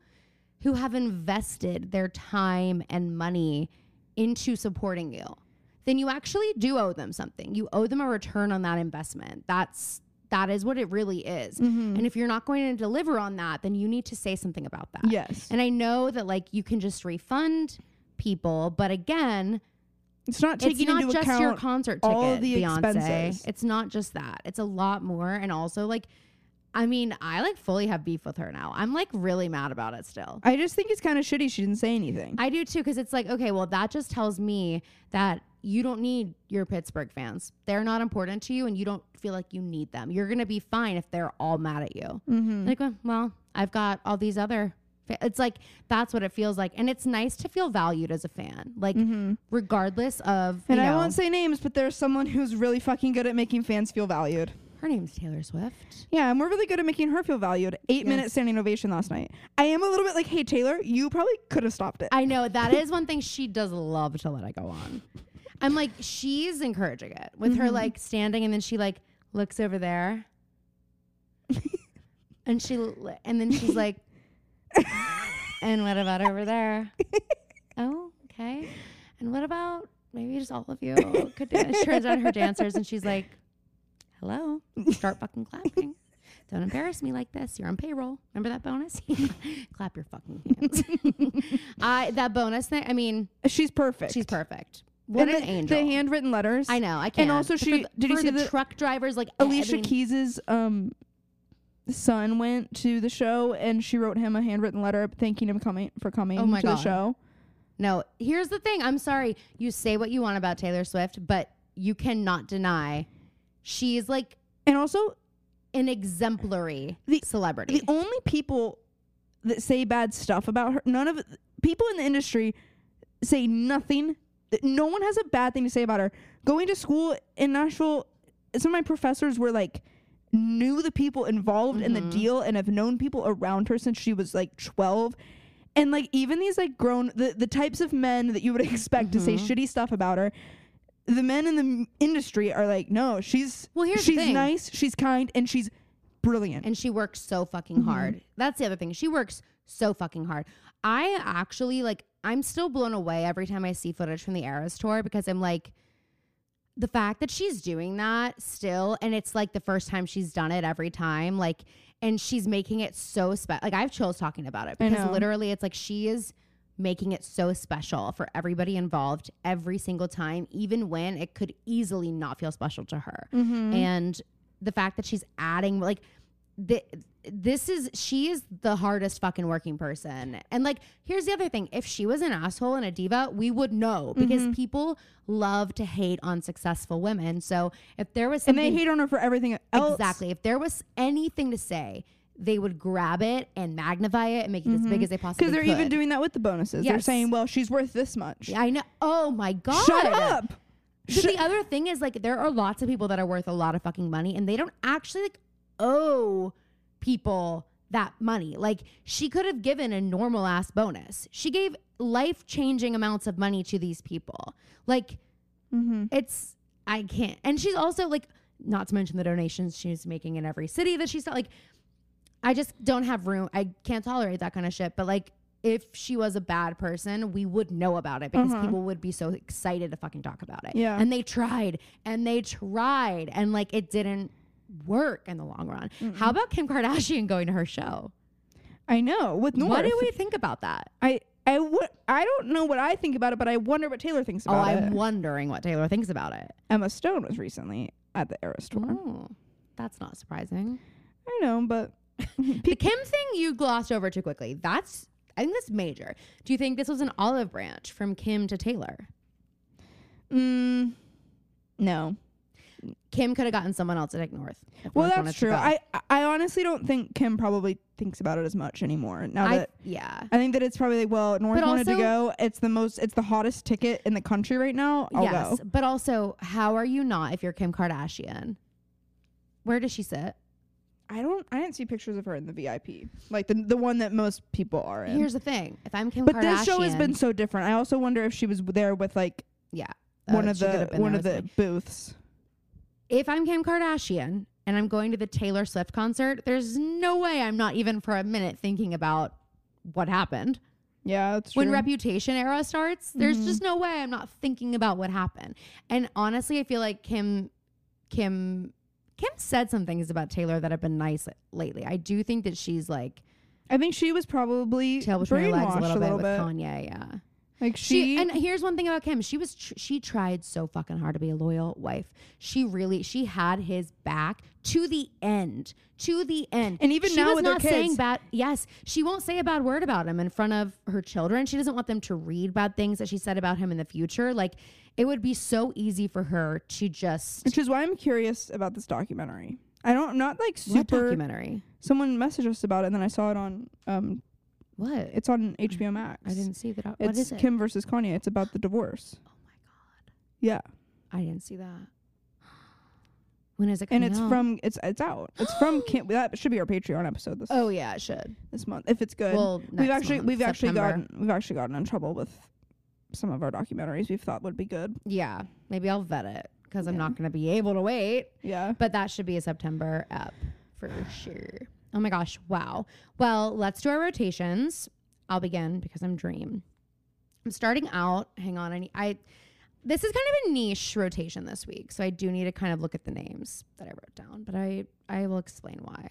who have invested their time and money into supporting you, then you actually do owe them something. You owe them a return on that investment. That's that is what it really is. Mm-hmm. And if you're not going to deliver on that, then you need to say something about that. yes, uh, And I know that like you can just refund people, but again, it's not it's taking not into just account your concert ticket, all the Beyonce. expenses. It's not just that. It's a lot more, and also like, I mean, I like fully have beef with her now. I'm like really mad about it still. I just think it's kind of shitty. She didn't say anything. I do too, because it's like, okay, well, that just tells me that you don't need your Pittsburgh fans. They're not important to you, and you don't feel like you need them. You're gonna be fine if they're all mad at you. mm-hmm. Like, well, well, I've got all these other. fa- It's like that's what it feels like, and it's nice to feel valued as a fan, like regardless of. Mm-hmm. And you I know, won't say names, but there's someone who's really fucking good at making fans feel valued. her name's Taylor Swift. Yeah, and we're really good at making her feel valued. Eight minute standing ovation last night. I am a little bit like, hey Taylor, you probably could have stopped it. I know that is one thing she does love to let it go on. I'm like, she's encouraging it with her like standing, and then she like looks over there, and she l- and then she's like, and what about over there? oh, okay. And what about maybe just all of you could do it? She turns on her dancers, and she's like, hello, start fucking clapping. Don't embarrass me like this. You're on payroll. Remember that bonus? Clap your fucking hands. I that bonus thing. I mean, She's perfect. she's perfect. What and an the, angel. The handwritten letters. I know. I can't. also But for she- the- did you for see the, the- truck drivers like Alicia I mean, Keys's um son went to the show and she wrote him a handwritten letter thanking him coming for coming Oh my to God. the show. No, here's the thing. I'm sorry. You say what you want about Taylor Swift, but you cannot deny she's like And also an exemplary The- celebrity. the only people that say bad stuff about her none of people in the industry say nothing no one has a bad thing to say about her going to school in nashville some of my professors were like knew the people involved in the Mm-hmm. deal and have known people around her since she was like 12 and like even these like grown the, the types of men that you would expect to say Mm-hmm. shitty stuff about her the men in the m- industry are like no she's Well, here's the she's thing. nice she's kind and she's brilliant and she works so fucking Mm-hmm. hard. That's the other thing. She works so fucking hard. I actually like I'm still blown away every time I see footage from the Eras tour because I'm like the fact that she's doing that still and it's like the first time she's done it every time like and she's making it so special like i have chills talking about it I because know. literally it's like she is making it so special for everybody involved every single time even when it could easily not feel special to her Mm-hmm. and the fact that she's adding like the, this is she is the hardest fucking working person and like here's the other thing if she was an asshole and a diva we would know because Mm-hmm. people love to hate on successful women so if there was and something they hate on her for everything else. exactly if there was anything to say they would grab it and magnify it and make it as big as they possibly Because Mm-hmm. they're even could. doing that with the bonuses. They're Yes. saying, well, she's worth this much. Yeah, I know. Oh my god! Shut up. But the other thing is like there are lots of people that are worth a lot of fucking money and they don't actually like owe people that money. Like she could have given a normal ass bonus. She gave life-changing amounts of money to these people. Like Mm-hmm. it's I can't. And she's also like not to mention the donations she's making in every city that she's like I just don't have room. I can't tolerate that kind of shit. But like if she was a bad person, we would know about it because Uh-huh. people would be so excited to fucking talk about it. Yeah. And they tried and they tried and like it didn't work in the long run. How about Kim Kardashian going to her show? I know. With North. What do we think about that? I, I, w- I don't know what I think about it, but I wonder what Taylor thinks Oh, about it. I'm wondering what Taylor thinks about it. Emma Stone was recently at the Era Store. Oh, that's not surprising. I know, but The Kim thing you glossed over too quickly. That's I think that's major. Do you think this was an olive branch from Kim to Taylor? mm, no. Kim could have gotten someone else at Nick North. if Well, North wanted that's to true. go. I, I honestly don't think Kim probably thinks about it as much anymore. Now I that yeah. I think that it's probably like, well, North But wanted to also- go. It's the most, it's the hottest ticket in the country right now. I'll yes, go. but also, how are you not if you're Kim Kardashian? Where does she sit? I don't, I didn't see pictures of her in the VIP, like the the one that most people are in. Here's the thing: if I'm Kim but Kardashian, this show has been so different. I also wonder if she was there with like yeah one uh, of she could the have been one there of with the me. booths. If I'm Kim Kardashian and I'm going to the Taylor Swift concert, there's no way I'm not even for a minute thinking about what happened. Yeah, that's true. when reputation era starts there's just no way i'm not thinking about what happened and honestly i feel like kim kim kim said some things about taylor that have been nice lately i do think that she's like I think she was probably tail brainwashed between her legs a little, bit. bit, with kanye yeah Like she, she, and here's one thing about kim she was tr- she tried so fucking hard to be a loyal wife she really she had his back to the end to the end And even she now was with her not saying kids. bad yes she won't say a bad word about him in front of her children she doesn't want them to read bad things that she said about him in the future like it would be so easy for her to just which is why I'm curious about this documentary. I don't, I'm not like what super. documentary Someone messaged us about it, and then I saw it on. Um, what it's on HBO Max. i didn't see that It's what is it Kim versus Kanye. It's about the divorce. oh my god Yeah, i didn't see that when is it and coming it's out? from it's it's out. It's from Kim. That should be our Patreon episode this oh yeah it should this month if it's good. well we've next actually month, we've actually September. gotten we've actually gotten in trouble with some of our documentaries we've thought would be good. Yeah, maybe I'll vet it because I'm Yeah. not going to be able to wait. Yeah. But that should be a September up for sure. Oh my gosh, wow. Well, let's do our rotations. I'll begin because I'm dream. I'm starting out. Hang on, I, need, I this is kind of a niche rotation this week, so I do need to kind of look at the names that I wrote down, but I I will explain why.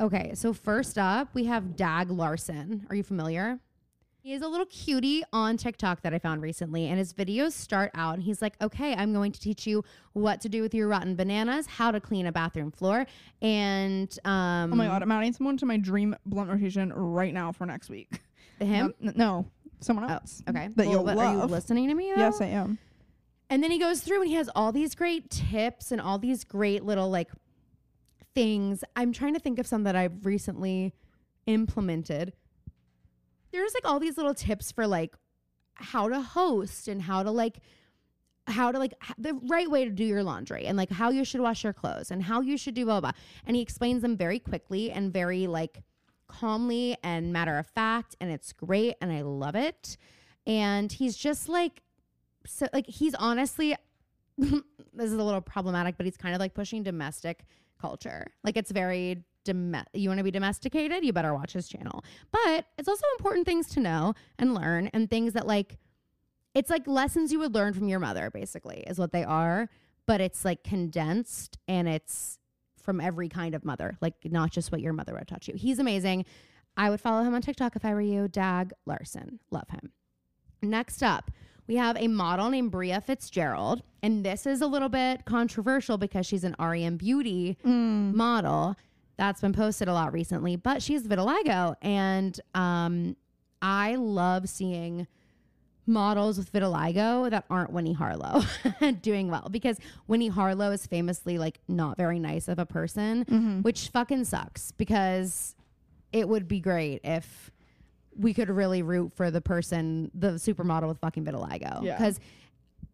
Okay, so first up, we have Dag Larson. Are you familiar? He is a little cutie on TikTok that I found recently, and his videos start out and he's like, Okay, I'm going to teach you what to do with your rotten bananas, how to clean a bathroom floor, and um Oh my god, I'm adding someone to my dream blunt rotation right now for next week. him. Not- n- no, someone Oh, else. okay. That Well, you'll what- Are you love. listening to me? Though? Yes, I am. And then he goes through and he has all these great tips and all these great little like things. I'm trying to think of some that I've recently implemented. There's like all these little tips for like how to host and how to like how to like h- the right way to do your laundry and like how you should wash your clothes and how you should do blah blah. blah. And he explains them very quickly and very like calmly and matter of fact and it's great and I love it. And he's just like so like he's honestly this is a little problematic, but he's kind of like pushing domestic culture. Like it's very dom- you want to be domesticated, you better watch his channel. But it's also important things to know and learn and things that like it's like lessons you would learn from your mother, basically, is what they are. But it's like condensed and it's from every kind of mother, like not just what your mother would taught you. He's amazing. I would follow him on TikTok if I were you. Dag Larson. Love him. Next up, we have a model named Bria Fitzgerald. And this is a little bit controversial because she's an REM beauty model. That's been posted a lot recently, but she's vitiligo. And um, I love seeing models with vitiligo that aren't Winnie Harlow doing well because Winnie Harlow is famously like not very nice of a person, which fucking sucks because it would be great if we could really root for the person, the supermodel with fucking vitiligo. Yeah. Because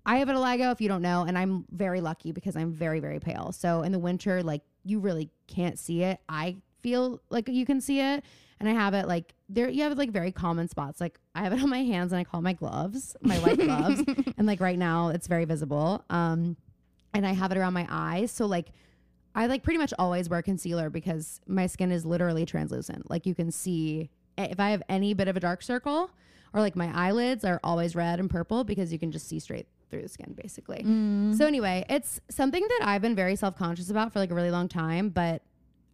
I have vitiligo, if you don't know, and I'm very lucky because I'm very, very pale. So in the winter, like you really can't see it. I feel like you can see it. And I have it like there, you have like very common spots. Like I have it on my hands and I call my gloves, my white gloves. And like right now, it's very visible. Um, and I have it around my eyes. So like, I like pretty much always wear concealer because my skin is literally translucent. Like you can see eh, if I have any bit of a dark circle or like my eyelids are always red and purple because you can just see straight through the skin basically. So anyway, it's something that I've been very self-conscious about for like a really long time, but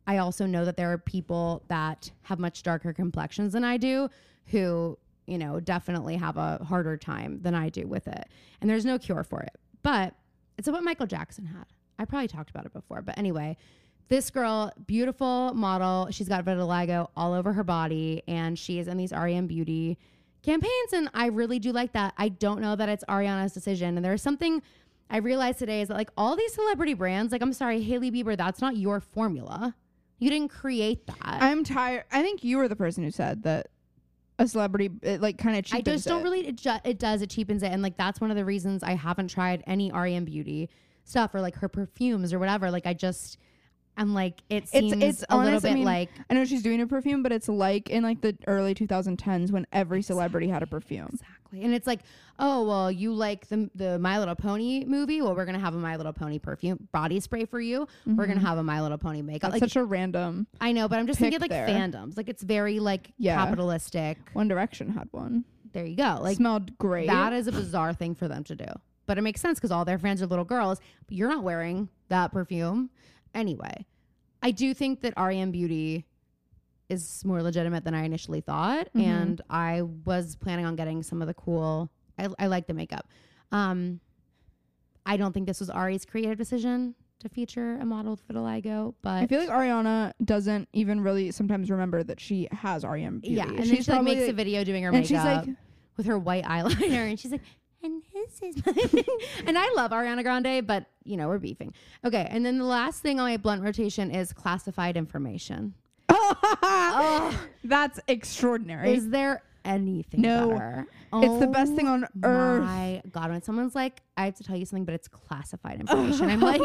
I also know that there are people that have much darker complexions than I do who, you know, definitely have a harder time than I do with it. And there's no cure for it. But it's what Michael Jackson had. I probably talked about it before, but anyway, this girl, beautiful model, she's got vitiligo all over her body and she is in these REM beauty campaigns and I really do like that. I don't know that it's Ariana's decision and there's something I realized today is that like all these celebrity brands, like I'm sorry, Haley Bieber, that's not your formula. You didn't create that. I'm tired. I think you were the person who said that a celebrity it, like kind of I cheapens just don't it. really. It, ju- it does. It cheapens it, and like that's one of the reasons I haven't tried any REM beauty stuff or like her perfumes or whatever. Like I just, I'm like it It's- seems it's a little honest, I bit mean, like I know she's doing a perfume, but it's like in like the early 2010s when every celebrity had a perfume. exactly, and it's like oh well, you like the the My Little Pony movie. Well, we're gonna have a My Little Pony perfume body spray for you. We're gonna have a My Little Pony makeup. Mm-hmm. That's Like such a random. I know, but I'm just thinking pick like there. fandoms. Like it's very like Yeah. capitalistic. One Direction had one. There you go. Like smelled great. That is a bizarre thing for them to do. But it makes sense because all their fans are little girls. But you're not wearing that perfume. Anyway, I do think that REM Beauty is more legitimate than I initially thought. Mhm. And I was planning on getting some of the cool, I, I like the makeup. Um, I don't think this was Ari's creative decision to feature a model with vitiligo, but I feel like Ariana doesn't even really sometimes remember that she has REM beauty. yeah. And then she's she like probably, makes a video doing her and makeup. she's like, with her white eyeliner and she's like and this is my and i love ariana grande but you know we're beefing okay and then the last thing on my blunt rotation is classified information that's extraordinary. is there anything No. better? It's the best thing on Oh earth. my god when someone's like i have to tell you something but it's classified information i'm like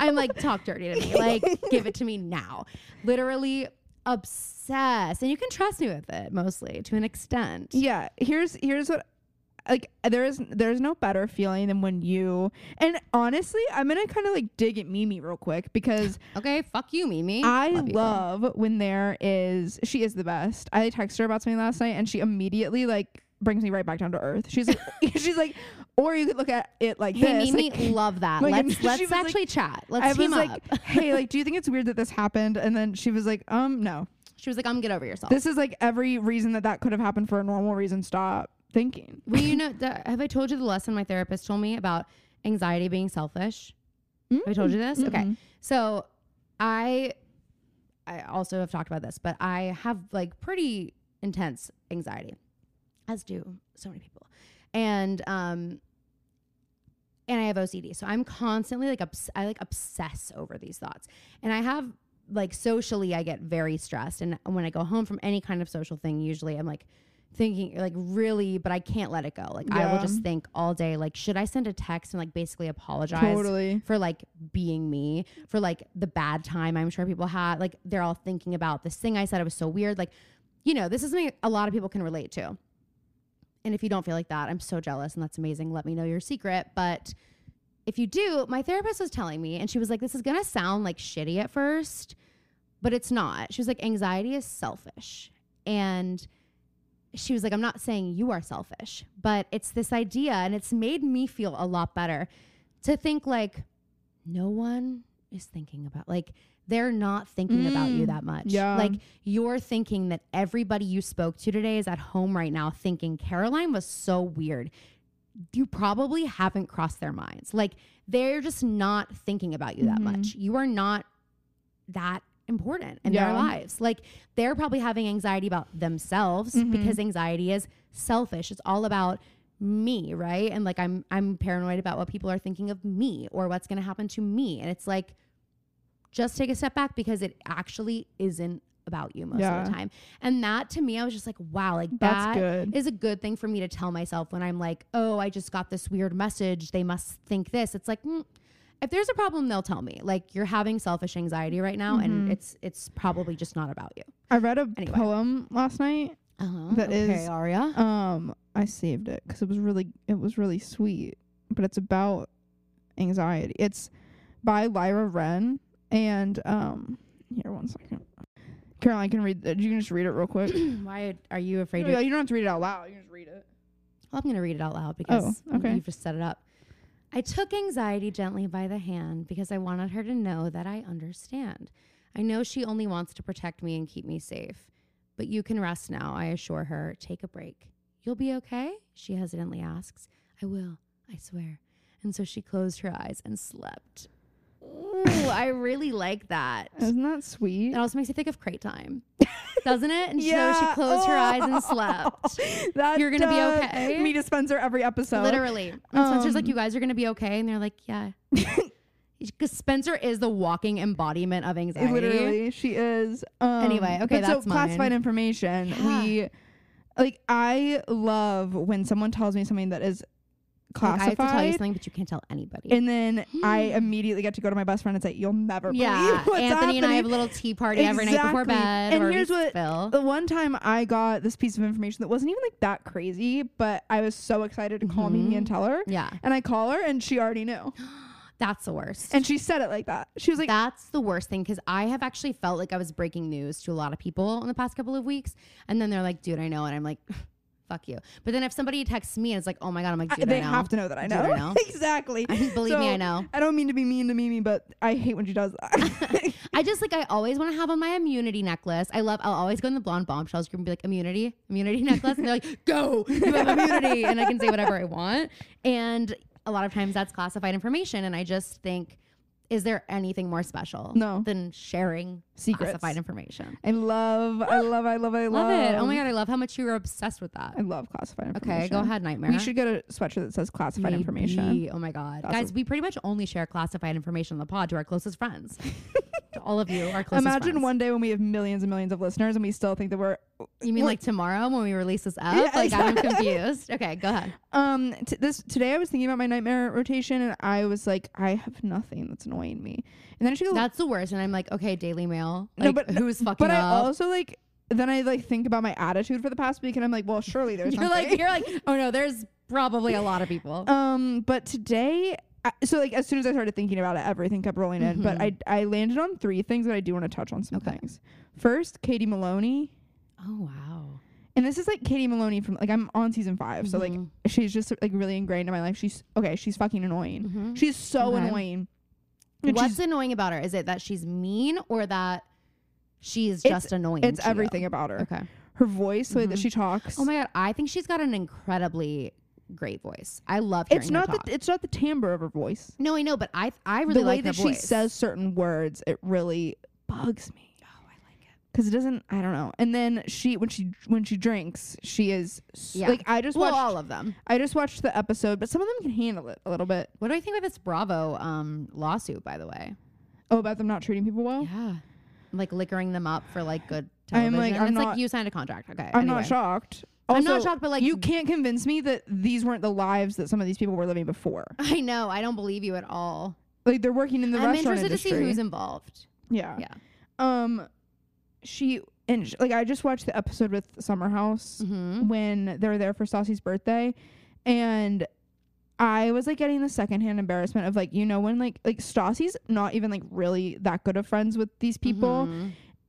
i'm like talk dirty to me like give it to me now literally obsessed and you can trust me with it mostly to an extent yeah, here's here's what like there is there's no better feeling than when you and honestly, I'm gonna kind of like dig at Mimi real quick because okay fuck you mimi I you, girl. love when there is she is the best. I texted her about something last night and she immediately like brings me right back down to earth. She's like she's like or you could look at it like Hey, this. Mimi, like- love that. like, let's she let's was like- actually chat. Let's I team was up. like, "Hey, like, do you think it's weird that this happened?" And then she was like, "Um, no. She was like, "I'm get over yourself." This is like every reason that that could have happened for a normal reason. Stop thinking." well, you know, th- have I told you the lesson my therapist told me about anxiety being selfish? Have I told you this? Okay. So, I I also have talked about this, but I have like pretty intense anxiety, as do so many people, and um, and I have OCD. So I'm constantly like obs- I like obsess over these thoughts. And I have like socially I get very stressed and when I go home from any kind of social thing usually I'm like thinking like really but I can't let it go. Like I will Yeah. just think all day like should I send a text and like basically apologize Totally. for like being me, for like the bad time I'm sure people had. Like they're all thinking about this thing I said it was so weird. Like you know, this is something a lot of people can relate to. And if you don't feel like that, I'm so jealous and that's amazing. Let me know your secret. But if you do, my therapist was telling me, and she was like, this is going to sound like shitty at first, but it's not. She was like, anxiety is selfish. And she was like, I'm not saying you are selfish, but it's this idea, and it's made me feel a lot better to think like no one is thinking about like they're not thinking about you Mm, that much. yeah. Like you're thinking that everybody you spoke to today is at home right now thinking Caroline was so weird. You probably haven't crossed their minds. Like they're just not thinking about you that Mhm. much. You are not that important in their Yeah. lives. Like they're probably having anxiety about themselves Mhm. because anxiety is selfish. It's all about me, right? And like I'm I'm paranoid about what people are thinking of me or what's going to happen to me. And it's like just take a step back because it actually isn't about you most Yeah. of the time. And that to me I was just like wow, like That's that good. is a good thing for me to tell myself when I'm like, "Oh, I just got this weird message. They must think this." It's like mm, if there's a problem, they'll tell me. Like you're having selfish anxiety right now, Mm-hmm. and it's it's probably just not about you. I read a Anyway. poem last night. Uh-huh. That okay, is- Aria. Um, I saved it because it was really it was really sweet. But it's about anxiety. It's by Lyra Wren and um here one second. Caroline can read that. You can just read it real quick. Why are you afraid? Yeah, Of, you don't have to read it out loud. You can just read it. well, I'm gonna read it out loud because Oh, okay. you've just set it up. I took anxiety gently by the hand because I wanted her to know that I understand. I know she only wants to protect me and keep me safe. But you can rest now, I assure her. Take a break. You'll be okay? She hesitantly asks. I will, I swear. And so she closed her eyes and slept. Ooh, I really like that. Isn't that sweet? It also makes you think of crate time, doesn't it? And so she Yeah. Oh. closed her eyes and slept. That You're gonna be does okay. Me to Spencer every episode. Literally. And Spencer's like, Um, you guys are going to be okay. And they're like, yeah. Because Spencer is the walking embodiment of anxiety. Literally, she is. Um, Anyway, okay, but that's so mine. classified information. Yeah. We like I love when someone tells me something that is Like, I have classified, to tell you something, but you can't tell anybody. and then I immediately get to go to my best friend and say, "You'll never yeah. believe what's Anthony happening." and I have a little tea party every night before Exactly. bed. And where we here's what- spill. the one time I got this piece of information that wasn't even like that crazy, but I was so excited to call Mimi and tell her. Mm-hmm. Yeah. And I call her and she already knew. That's the worst. And she said it like that. She was like, That's the worst thing because I have actually felt like I was breaking news to a lot of people in the past couple of weeks. And then they're like, dude, I know. And I'm like, fuck you. But then if somebody texts me and it's like, oh my God, I'm like, I- dude, they I know. have to know that I Dude, know. I know. exactly. Believe me, I know. I don't mean to be mean to Mimi, but I hate when she does that. I just like I always want to have on my immunity necklace. I love. I'll always go in the blonde bombshells group and be like immunity, immunity necklace, and they're like, "Go, you have immunity," and I can say whatever I want. And a lot of times that's classified information, and I just think, is there anything more special No. than sharing Secrets. classified information? I love, I love, I love, I love. Love it. Um, Oh my god, I love how much you were obsessed with that. I love classified information. Okay, go ahead, nightmare. We should get a sweatshirt that says classified information. Maybe. Oh my god, That's guys, we pretty much only share classified information on the pod to our closest friends. to all of you, our closest Imagine friends. one day when we have millions and millions of listeners and we still think that we're You mean We're- like tomorrow when we release this up? Yeah, like I'm confused. Okay, go ahead. um t- this today I was thinking about my nightmare rotation and I was like I have nothing that's annoying me. And then I should go That's the worst. And I'm like, okay, Daily Mail. No, Like, but- who's fucking But I up? also like then I like think about my attitude for the past week and I'm like, well, surely there's you're something. like, you're like, oh no, there's probably a lot of people. Um, but today, I, so like as soon as I started thinking about it, everything kept rolling in. But I I landed on three things that I do want to touch on some Mm-hmm. Okay. things. First, Katie Maloney, oh wow. and this is like Katie Maloney from like I'm on season 5 so like Mhm. she's just like really ingrained in my life. She's okay. She's fucking annoying. Mhm. She's so Okay. annoying. Mm-hmm. And What's she's- annoying about her? Is it that she's mean or that she's just annoying? it's to you? everything about her. Okay. Her voice, the way that she talks. Oh my god, I think she's got an incredibly great voice. I love hearing it's her not talk. the it's not the timbre of her voice. no, I know, but I I really the way like that her she voice. says certain words, it really bugs me. Oh, I like it. because it doesn't i don't know and then she when she when she drinks she is s Yeah. like i just Well, watched all of them. i just watched the episode but some of them can handle it a little bit What do I think about this Bravo um, lawsuit, by the way? oh about them not treating people well Yeah. Like liquoring them up for like good I'm television. like, I'm it's not- like you signed a contract. Okay. i'm anyway. not shocked I'm not Also, shocked, but like you can't convince me that these weren't the lives that some of these people were living before I know, I don't believe you at all. like they're working in the I'm restaurant interested industry to see who's involved. yeah Yeah. um she and sh- like i just watched the episode with summer house Mm-hmm. when they were there for Stassi's birthday, and I was like getting the secondhand embarrassment of like you know when like like Stassi's not even like really that good of friends Mm-hmm. with these people,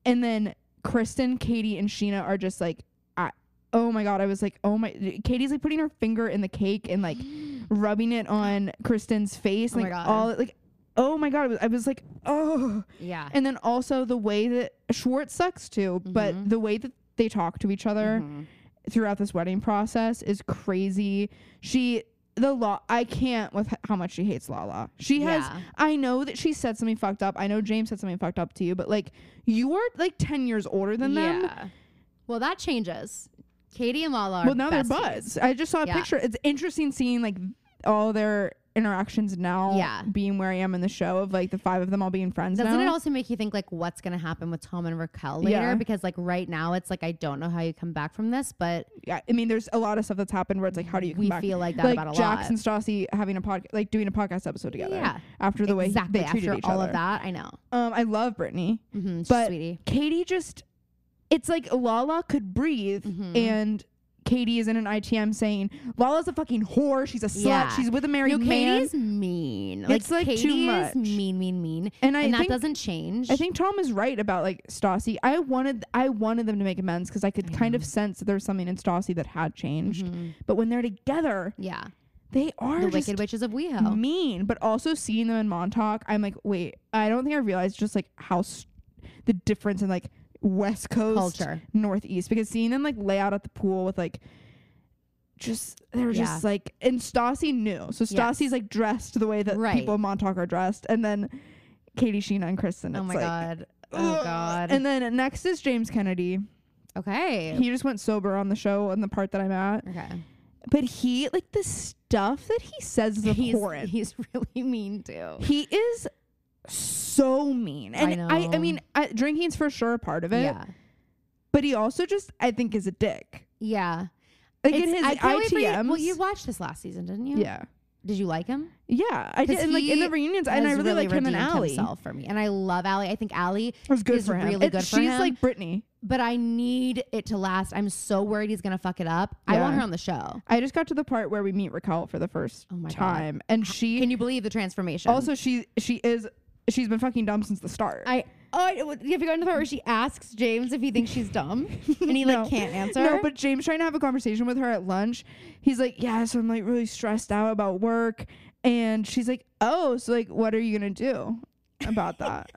and then Kristen, Katie, and Sheena are just like I oh my god, I was like, oh my. Katie's like putting her finger in the cake and like Mm-hmm. rubbing it on Kristen's face, Oh and, my like God. all like, oh my god, I was, I was like, oh. Yeah. And then also the way that Schwartz sucks too, Mm-hmm. but the way that they talk to each other throughout this wedding process is crazy. She the law I can't with h- how much she hates Lala. She has Yeah. I know that she said something fucked up. I know James said something fucked up to you, but like you are like 10 years older than them. Yeah. Well, that changes. Katie and Lala. Are Well, now they're besties. buds. I just saw a Yeah. picture. It's interesting seeing like all their interactions now Yeah. being where I am in the show of like the five of them all being friends Doesn't now. it also make you think like what's gonna happen with Tom and Raquel later? Yeah. Because like right now it's like I don't know how you come back from this, but yeah, I mean, there's a lot of stuff that's happened where it's like, how do you come we back? feel like that like about a Jax and Stassi having a podcast, like doing a podcast episode together. Yeah. after the lot. Exactly. way they treated After each all other. of that, I know. Um, I love Brittany, Mm-hmm, she's but sweetie. Katie just, it's like Lala could breathe Mhm. and. Katie is in an ITM saying Lala's a fucking whore. She's a slut. Yeah. She's with a married No, man. Katie's mean. It's, like, too Katie much. is mean, mean, mean, And I and that think- doesn't change. I think Tom is right about like Stassi. I wanted I wanted them to make amends because I could Mm-hmm. kind of sense that there was something in Stassi that had changed. Mhm. But when they're together, Yeah, they are the just Wicked Witches of WeHo. mean, but also seeing them in Montauk, I'm like, wait, I don't think I realized just like how s the difference in like West Coast, Culture. Oh Northeast, because seeing them like lay out at the pool with like just they were just like and Stassi knew, so Stassi's Yes. like dressed the way that Right. people in Montauk are dressed, and then Katie Sheena and Kristen. Oh it's my like, god. ugh. Oh god. And then next is James Kennedy. okay. He just went sober on the show and the part that I'm at. okay. But he like the stuff that he says is He's abhorrent. he's really mean too. He is so mean. And I, I, know. mean, I, drinking's for sure a part of it. Yeah. But he also just, I think, is a dick. Yeah. Like in It's- his I can't wait for you- ITMs. Well, you watched this last season, didn't you? yeah. Did you like him? Yeah. I did. 'Cause And like in he the reunions, and I Has really, like him and redeemed Allie. Himself for me, and I love Allie. I think Allie It was good is for him. really It- good for she's him. like Brittany. but I need it to last. I'm so worried he's gonna fuck it up. I want Yeah. her on the show. I just got to the part where we meet Raquel for the first Oh my God. time. And she Can you believe the transformation? also she she is she's been fucking dumb since the start. I oh, I- have you gotten to the part where she asks James if he thinks she's dumb, and he like No. can't answer? No, but James trying to have a conversation with her at lunch. He's like, "Yeah, so I'm like really stressed out about work," and she's like, "Oh, so like, what are you gonna do about that?"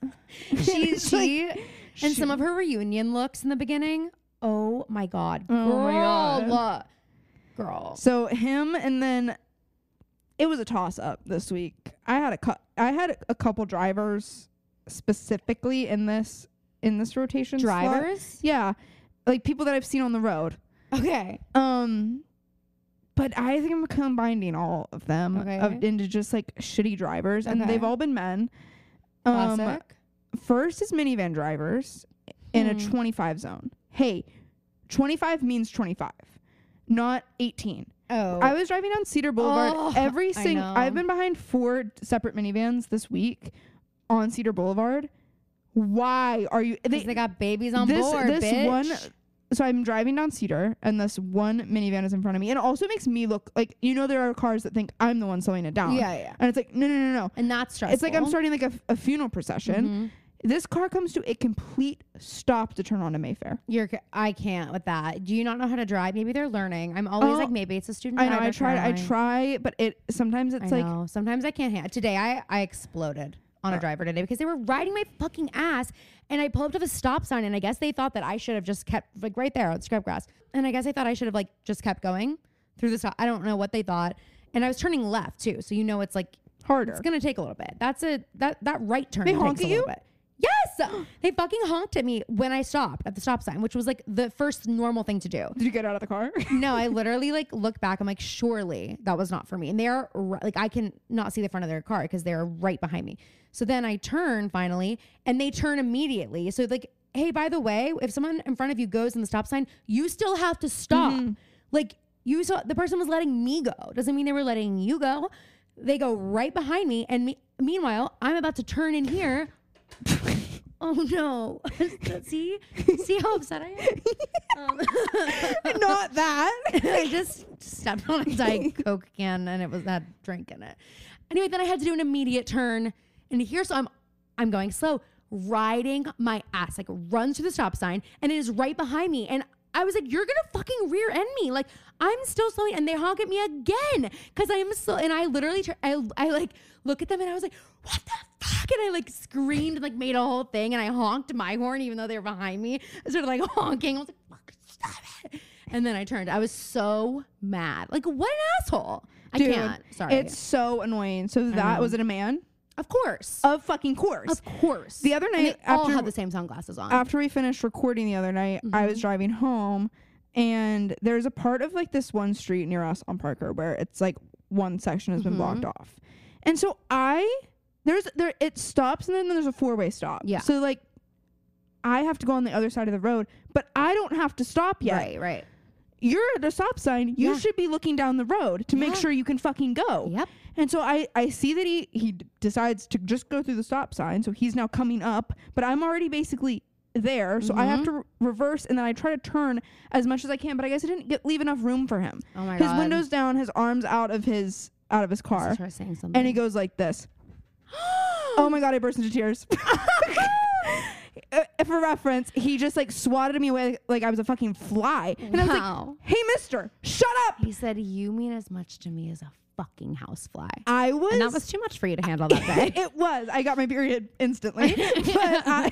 she It's like, she and some shoot. of her reunion looks in the beginning. Oh my god, girl, Oh my God. girl. so him and then it was a toss up this week. I had a cu- I had a couple drivers specifically in this in this rotation. slot. Drivers. yeah, like people that I've seen on the road. Okay. Um, but I think I'm combining all of them Okay. of, into just like shitty drivers, and they've Okay. all been men. Um, Classic. first is minivan drivers in a Hmm. 25 zone. Hey, 25 means 25, not 18. oh, I was driving down Cedar Boulevard. Oh, every I single know. I've been behind four separate minivans this week on Cedar Boulevard. Why are you? they, they got babies on board. this bitch. one so i'm driving down cedar and this one minivan is in front of me and it also makes me look like you know there are cars that think i'm the one slowing it down Yeah, yeah. and it's like no no no no and that's stressful. it's like i'm starting like a, a funeral Mm-hmm. procession this car comes to a complete stop to turn onto mayfair You're, ca- I can't with that. Do you not know how to drive? Maybe they're learning. I'm always Oh, like, maybe it's a student. i know i driver try i trying. try but it sometimes it's I like Uh. know. Sometimes I can't handle. Today, I I exploded on a driver today because they were riding my fucking ass, and I pulled up to the stop sign, and I guess they thought that I should have just kept like right there on scrub grass, and I guess I thought I should have like just kept going through the stop. I don't know what they thought, and I was turning left too, so you know it's like harder it's gonna take a little bit. That's a that that right turn. They takes honk a at little you? Bit. Yes, they fucking honked at me when I stopped at the stop sign, which was like the first normal thing to do. did you get out of the car No, I literally like look back. I'm like, surely that was not for me. And they are ri- like, I can not see the front of their car because they're right behind me. So then I turn finally, and they turn immediately. So like, hey, by the way, if someone in front of you goes in the stop sign, you still have to stop. Like you saw, the person was letting me go. Doesn't mean they were letting you go. They go right behind me, and me- meanwhile, I'm about to turn in here. oh no! see, see how upset I am. not that I just stepped on a Diet Coke can and it was that drink in it. Anyway, then I had to do an immediate turn. And here, so I'm I'm going slow, riding my ass, like runs through the stop sign, and it is right behind me. And I was like, you're gonna fucking rear end me. Like, I'm still slowing, and they honk at me again because I am slow. And I literally, tr- I, I like look at them, and I was like, what the fuck? And I like screamed, and like made a whole thing, and I honked my horn even though they were behind me, sort of like honking. I was like, fuck, stop it. And then I turned. I was so mad. Like, what an asshole. I Dude, can't. Sorry. It's so annoying. So that know. was it a man? of course. Of fucking course. Of course. The other And night they all after- had the same Mm-hmm. sunglasses on. after we finished recording the other night, I was driving home and there's a part of like this one street near us on Parker where it's like one section has been Mm-hmm. blocked off. And so I there's there it stops and then there's a four-way stop. Yeah. So like I have to go on the other side of the road, but I don't have to stop yet. Right, right. You're at a stop sign. You Yeah. should be looking down the road to make Yeah. sure you can fucking go. Yep. And so I, I see that he, he d- decides to just go through the stop sign. So he's now coming up, but I'm already basically there. So I Mm-hmm. have to re- reverse and then I try to turn as much as I can. But I guess I didn't get, leave enough room for him. Oh my his God. windows down, his arms out of his out of his car, Start saying something. and he goes like this. oh my god! I burst into tears. Uh, For reference, he just like swatted me away like I was a fucking fly, and I was Wow. like, "Hey, Mister, shut up!" He said, "You mean as much to me as a fucking housefly," I was and that was too much for you to handle that day. it was. I got my period instantly. but I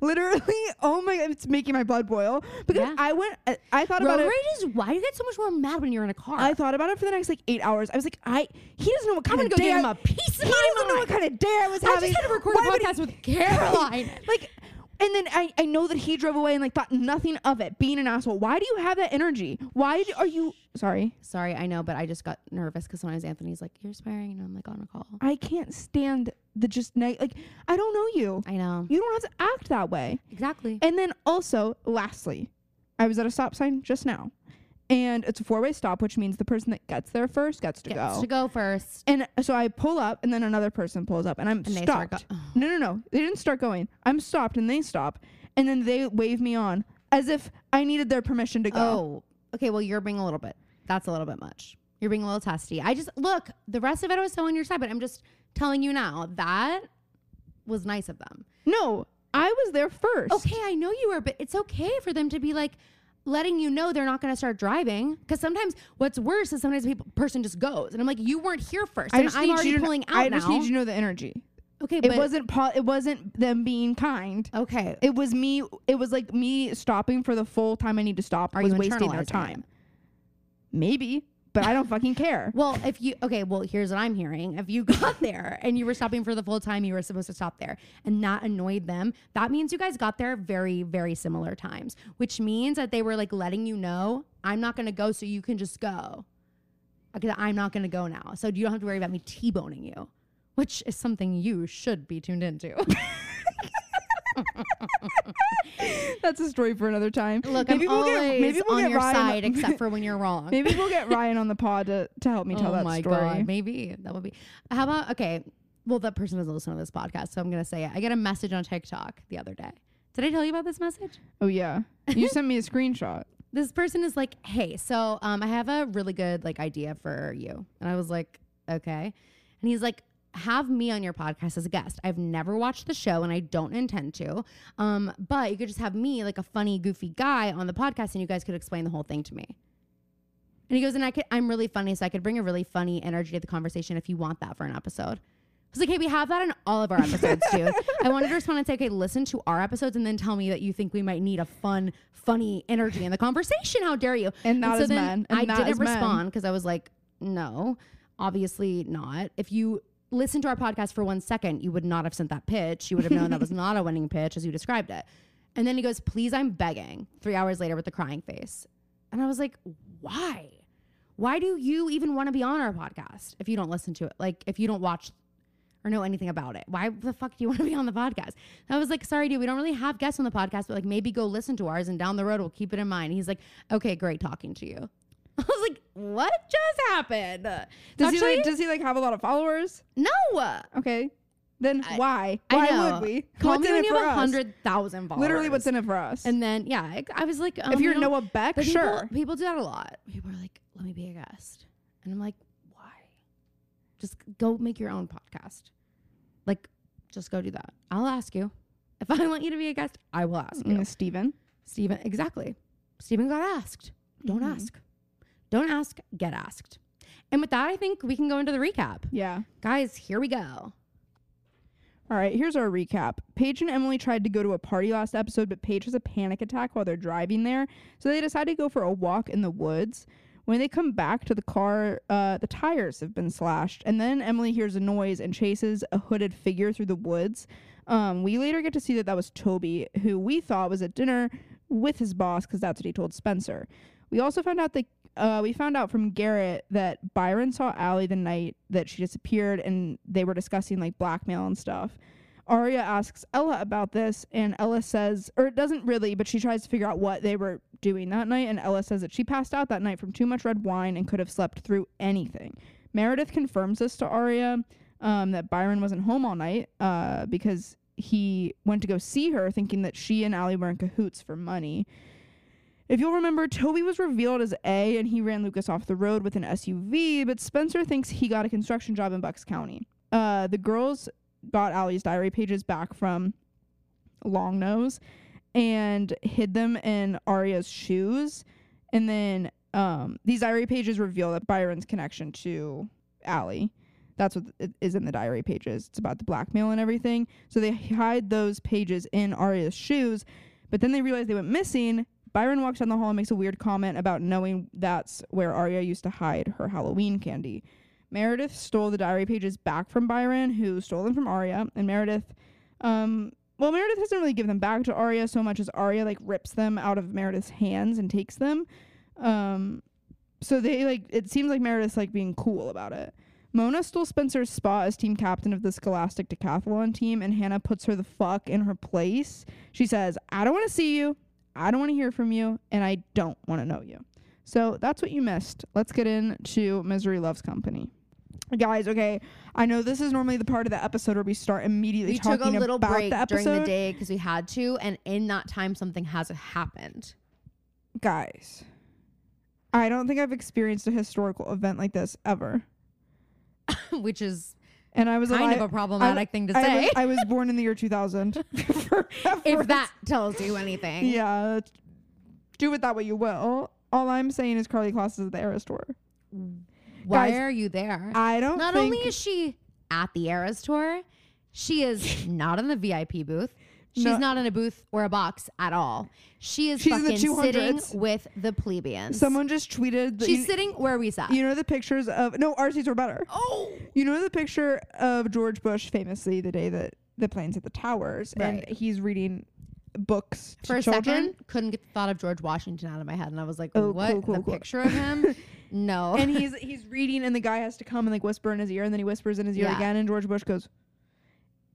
literally, oh my, it's making my blood boil because Yeah. I went, I- I thought Road about rage it. is why you get so much more mad when you're in a car. I thought about it for the next like eight hours. I was like, I he doesn't know what I'm gonna kind of go day give I- him a piece of he my doesn't know what mind. kind of day I was I having. just had to record a Why would he- podcast with Caroline. like, and then I, I know that he drove away and like thought nothing of it, being an asshole. Why do you have that energy? Why do, are you sorry? Sorry, I know, but I just got nervous because sometimes Anthony's like, "You're swearing," and I'm like, "On a call." I can't stand the just neg- like I don't know you. I know You don't have to act that way. exactly. And then also, lastly, I was at a stop sign just now, and it's a four-way stop, which means the person that gets there first gets to Gets go. to go first. And so I pull up, and then another person pulls up, and I'm they start stopped. go- oh. no, no, no, they didn't start going. I'm stopped, and they stop, and then they wave me on as if I needed their permission to go. Oh, okay. Well, you're being a little bit. That's a little bit much. You're being a little testy. I just look. The rest of it was so on your side, but I'm just telling you now that was nice of them. No, I was there first. Okay, I know you were, but it's okay for them to be like letting you know they're not going to start driving. Because sometimes what's worse is sometimes a peop- person just goes, and I'm like, you weren't here first, I and just I'm need already you to, kn- pulling out I just now. need you to know the energy. okay, It but wasn't. Po- it wasn't them being kind. okay. it was me it was like me stopping for the full time i need to stop Are was you wasting their internalizing time maybe but i don't fucking care Well, if you okay, well, here's what I'm hearing. If you got there and you were stopping for the full time you were supposed to stop there and that annoyed them, that means you guys got there very, very similar times, which means that they were like letting you know, I'm not gonna go, so you can just go. Okay, I'm not gonna go now. So you don't have to worry about me T boning you, which is something you should be tuned into. that's a story for another time Look, I'm always on your Ryan- side except for when you're wrong. maybe we'll get ryan on the pod to, to help me tell that story Oh maybe that would be. How about okay? Well, that person doesn't listen to this podcast, so I'm gonna say it. I get a message on TikTok the other day. Did I tell you about this message? oh yeah you sent me a screenshot This person is like, "Hey, so um, I have a really good like idea for you," and I was like, "Okay," and he's like. Have me on your podcast as a guest. I've never watched the show and I don't intend to. Um, but you could just have me, like a funny, goofy guy, on the podcast and you guys could explain the whole thing to me. And he goes, and I could, I'm really funny, so I could bring a really funny energy to the conversation if you want that for an episode. I was like, hey, we have that in all of our episodes too. I wanted to respond and say, okay, listen to our episodes and then tell me that you think we might need a fun, funny energy in the conversation. How dare you? And that is men. And I that didn't is men. respond because I was like, no, obviously not. If you listened to our podcast for one second, you would not have sent that pitch. You would have known that was not a winning pitch as you described it. And then he goes, please, I'm begging. Three hours later with a crying face. And I was like, why? Why do you even want to be on our podcast if you don't listen to it? Like, if you don't watch or know anything about it, why the fuck do you want to be on the podcast? And I was like, sorry, dude, we don't really have guests on the podcast, but like maybe go listen to ours and down the road we'll keep it in mind. He's like, okay, great talking to you. I was like, what just happened? does Actually, he like does he like have a lot of followers no. okay then I- why I why know. would we Call what's me in when it you for have a us? hundred thousand followers. literally what's in it for us And then yeah, I, I was like, um, if we you're don't- noah beck but people- sure People do that a lot. People are like, let me be a guest. And I'm like, why? Just go make your own podcast. Like, just go do that. I'll ask you. If I want you to be a guest, I will ask you. Mm, steven Steven, exactly. Stephen got asked. Don't Mhm. ask. Don't ask, get asked. And with that, I think we can go into the recap. Yeah. Guys, here we go. All right, here's our recap. Paige and Emily tried to go to a party last episode, but Paige has a panic attack while they're driving there, so they decide to go for a walk in the woods. When they come back to the car, uh, the tires have been slashed, and then Emily hears a noise and chases a hooded figure through the woods. Um, we later get to see that that was Toby, who we thought was at dinner with his boss, because that's what he told Spencer. We also found out that uh, we found out from Garrett that Byron saw Allie the night that she disappeared, and they were discussing like blackmail and stuff. Aria asks Ella about this, and Ella says, or it doesn't really, but she tries to figure out what they were doing that night. And Ella says that she passed out that night from too much red wine and could have slept through anything. Meredith confirms this to Aria um, that Byron wasn't home all night uh, because he went to go see her, thinking that she and Allie were in cahoots for money. If you'll remember, Toby was revealed as A and he ran Lucas off the road with an SUV, but Spencer thinks he got a construction job in Bucks County. Uh, the girls got Allie's diary pages back from Long Nose and hid them in Arya's shoes. And then um, these diary pages reveal that Byron's connection to Allie. That's what it is in the diary pages. It's about the blackmail and everything. So they hide those pages in Arya's shoes, but then they realize they went missing Byron walks down the hall and makes a weird comment about knowing that's where Arya used to hide her Halloween candy. Meredith stole the diary pages back from Byron, who stole them from Arya, and Meredith, um, well, Meredith doesn't really give them back to Arya so much as Arya like rips them out of Meredith's hands and takes them. Um, so they like it seems like Meredith's like being cool about it. Mona stole Spencer's spot as team captain of the Scholastic Decathlon team, and Hannah puts her the fuck in her place. She says, "I don't want to see you. I don't want to hear from you, and I don't want to know you. So that's what you missed. Let's get into Misery Loves Company. Guys, okay. I know this is normally the part of the episode where we start immediately We talking took a little about break the episode. during the day because we had to, and in that time, something has happened. Guys, I don't think I've experienced a historical event like this ever. which is And I was kind alive. of a problematic thing to I say. was, I was born in the year 2000. if that tells you anything. Yeah. Do with that what you will. All I'm saying is Carly Kloss is at the Era store. Why Guys, are you there? I don't Not think only is she at the Eras tour, she is not in the VIP booth. She's No. not in a booth or a box at all. She is She's in the fucking sitting 200s. with with the plebeians. someone just tweeted. that She's you, sitting where we sat. you know the pictures of no RCs were better. oh, You know the picture of George Bush famously the day that the planes hit the towers, Right. and he's reading books to for a children. second, couldn't get the thought of George Washington out of my head, and I was like, Oh, "What? cool, cool, the cool. picture of him? no." and he's he's reading and the guy has to come and like whisper in his ear and then he whispers in his ear Yeah. again and George Bush goes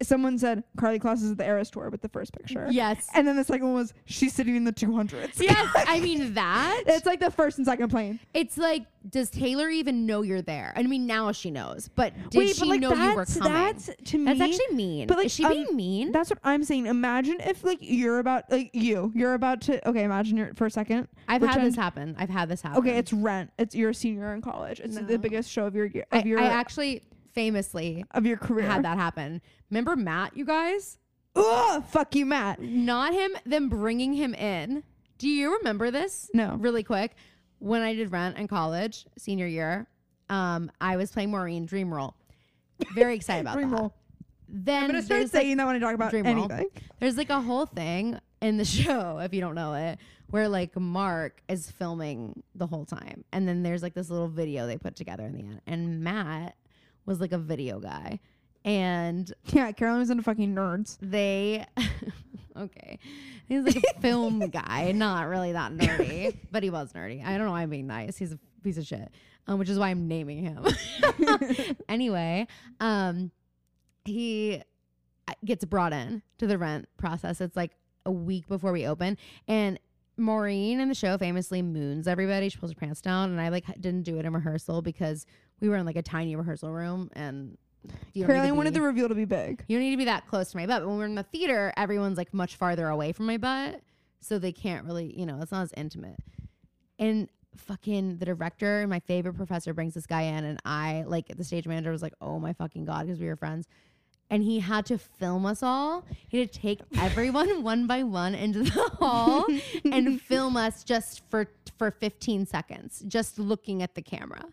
someone said Carly Kloss is at the Eras tour with the first picture. yes, And then the second one was she's sitting in the 200s. yes. I mean that. It's like the first and second plane. It's like, does Taylor even know you're there? I mean, now she knows, but did Wait, she but like know that's you were coming? that's to me That's actually mean. but, like, is she um, being mean? That's what I'm saying. Imagine if like you're about like you, you're about to okay, imagine you're for a second. I've had pretend- this happen. I've had this happen. Okay, it's rent. It's your senior in college. It's No. the biggest show of your of I, your I actually famously of your career. had that happen. Remember Matt, you guys? Ugh, fuck you, Matt. Not him, them bringing him in. Do you remember this? No. Really quick. When I did rent in college, senior year, um, I was playing Maureen Dream Roll. Very excited about Dream that. roll. Then I'm gonna start there's, like, saying that when I talk about Dream roll. anything. There's like a whole thing in the show, if you don't know it, where like Mark is filming the whole time. And then there's like this little video they put together in the end. And Matt was like a video guy. And Yeah, Carolyn was into fucking nerds. they, okay, he's like a film guy, not really that nerdy, but he was nerdy. I don't know why I'm being nice. He's a piece of shit, um, which is why I'm naming him. anyway, um, he uh, gets brought in to the rent process. It's like a week before we open, and Maureen in the show famously moons everybody. She pulls her pants down, and I like didn't do it in rehearsal because we were in like a tiny rehearsal room, and you don't need to Carolyn wanted be- the reveal to be big. you don't need to be that close to my butt. But when we're in the theater, everyone's like much farther away from my butt. So they can't really, you know, it's not as intimate. And fucking the director, my favorite professor, brings this guy in. And I, like, the stage manager was like, oh my fucking God, because we were friends. and he had to film us all. He had to take everyone one by one into the hall and film us just for for 15 seconds, just looking at the camera,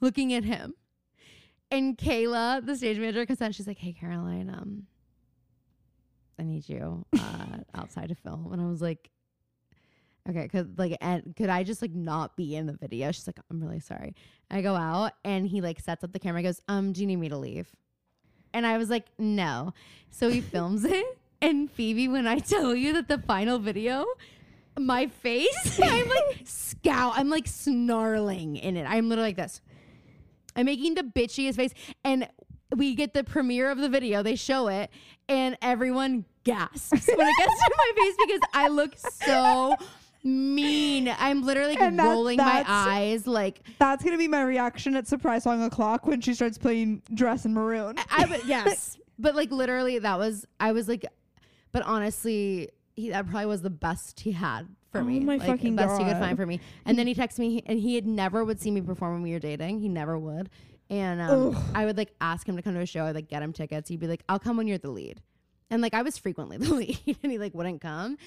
looking at him. And Kayla, the stage manager, comes out. She's like, "Hey, Caroline, um, I need you uh, outside to film." And I was like, "Okay, could like, and could I just like not be in the video?" She's like, "I'm really sorry." I go out, and he like sets up the camera. He goes, "Um, do you need me to leave?" And I was like, "No." So he films it, and Phoebe, when I tell you that the final video. My face, I'm like scowl. I'm like snarling in it. I'm literally like this. I'm making the bitchiest face. And we get the premiere of the video. They show it, and everyone gasps when it gets to my face because I look so mean. I'm literally like, And that- rolling my that's- eyes. Like, That's gonna be my reaction at surprise song o'clock when she starts playing dress in maroon. I would, yes. But like, literally, that was, I was like, but honestly, he, that probably was the best he had. For Oh me, my like fucking the best he could God. find for me, and then he texted me, he- and he had never would see me perform when we were dating. He never would, and um, Ugh. I would like ask him to come to a show. I'd like get him tickets. He'd be like, "I'll come when you're the lead," and like I was frequently the lead, and he like wouldn't come,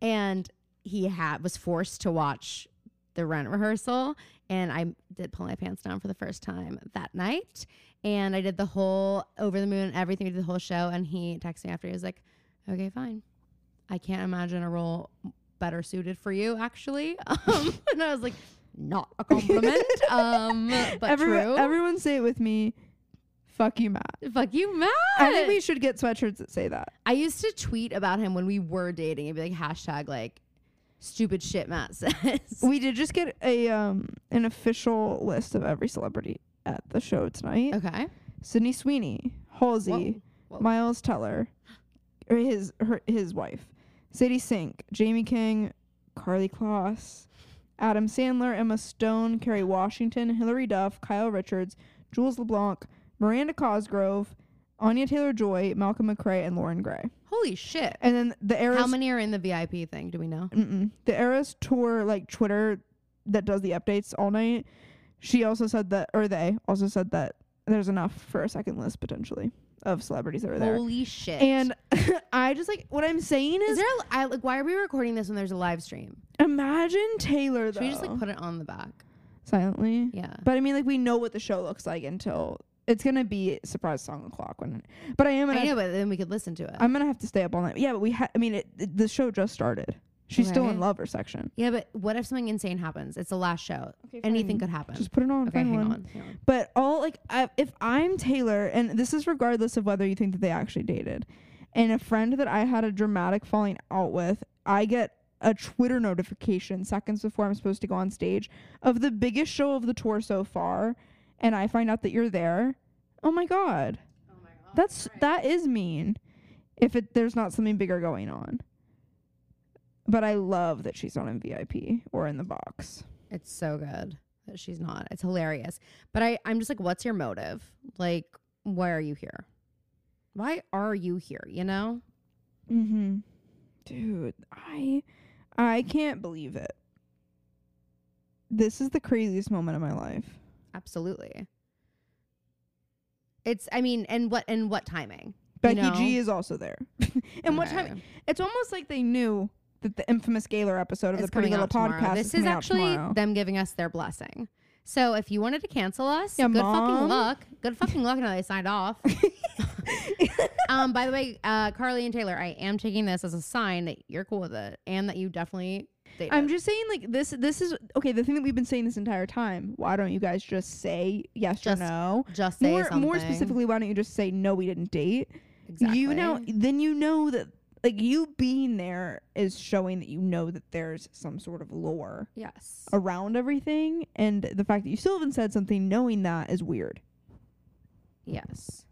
and he had was forced to watch the rent rehearsal, and I did pull my pants down for the first time that night, and I did the whole over the moon, everything, we did the whole show, and he texted me after. He was like, "Okay, fine." I can't imagine a role better suited for you, actually. Um, and I was like, not a compliment, um, but Every- true. Everyone say it with me. Fuck you, Matt. Fuck you, Matt. I think we should get sweatshirts that say that. I used to tweet about him when we were dating and be like, hashtag like stupid shit Matt says. We did just get a um an official list of every celebrity at the show tonight. okay. Sydney Sweeney, Halsey, Oh. Whoa. Miles Teller, or his her his wife, Sadie Sink, Jamie King, Carly Kloss, Adam Sandler, Emma Stone, Kerry Washington, Hilary Duff, Kyle Richards, Jules LeBlanc, Miranda Cosgrove, Anya Taylor Joy, Malcolm McRae, and Lauren Gray. Holy shit. And then the How heiress many are in the VIP thing? Do we know? Mm-mm. The Eras Tour, like Twitter, that does the updates all night. She also said that, or they also said that there's enough for a second list potentially of celebrities that are there. Holy shit. And I just like what I'm saying is is, there, a, I, like, why are we recording this when there's a live stream? imagine Taylor though Should we just like put it on the back? silently. Yeah. But I mean, like we know what the show looks like until it's gonna be surprise song o'clock when. But I am gonna, I know, but then we could listen to it. I'm gonna have to stay up all night. Yeah, but we ha- I mean, it, it- the show just started. She's still Right. in lover section. yeah, but what if something insane happens? It's the last show. Anything could happen. Just put it on. okay, find hang one. on. hang on. But all like I, if I'm Taylor, and this is regardless of whether you think that they actually dated, and a friend that I had a dramatic falling out with, I get a Twitter notification seconds before I'm supposed to go on stage of the biggest show of the tour so far, and I find out that you're there. Oh my god. Oh, That's that is mean. If it there's not something bigger going on. But I love that she's not in VIP or in the box. It's so good that she's not. It's hilarious. But I, I'm just like, what's your motive? Like, why are you here? Why are you here? You know? Mm-hmm. Dude, I I can't believe it. This is the craziest moment of my life. Absolutely. It's I mean, and what and what timing? Becky know? G is also there. and what time? Okay. It's almost like they knew that the infamous Gaylor episode of It's the Pretty coming Little out tomorrow. Podcast. This is, is coming out actually tomorrow. them giving us their blessing. So if you wanted to cancel us, Yeah, good fucking Mom. luck. Good fucking luck. Now they signed off. um, by the way, uh, Carly and Taylor, I am taking this as a sign that you're cool with it and that you definitely. dated. I'm just saying, like this. This is okay. The thing that we've been saying this entire time. Why don't you guys just say yes Just or no? just say more, something. more specifically, why don't you just say no? We didn't date. exactly. You know, then you know that like you being there is showing that you know that there's some sort of lore Yes. around everything, and the fact that you still haven't said something knowing that is weird. Yes.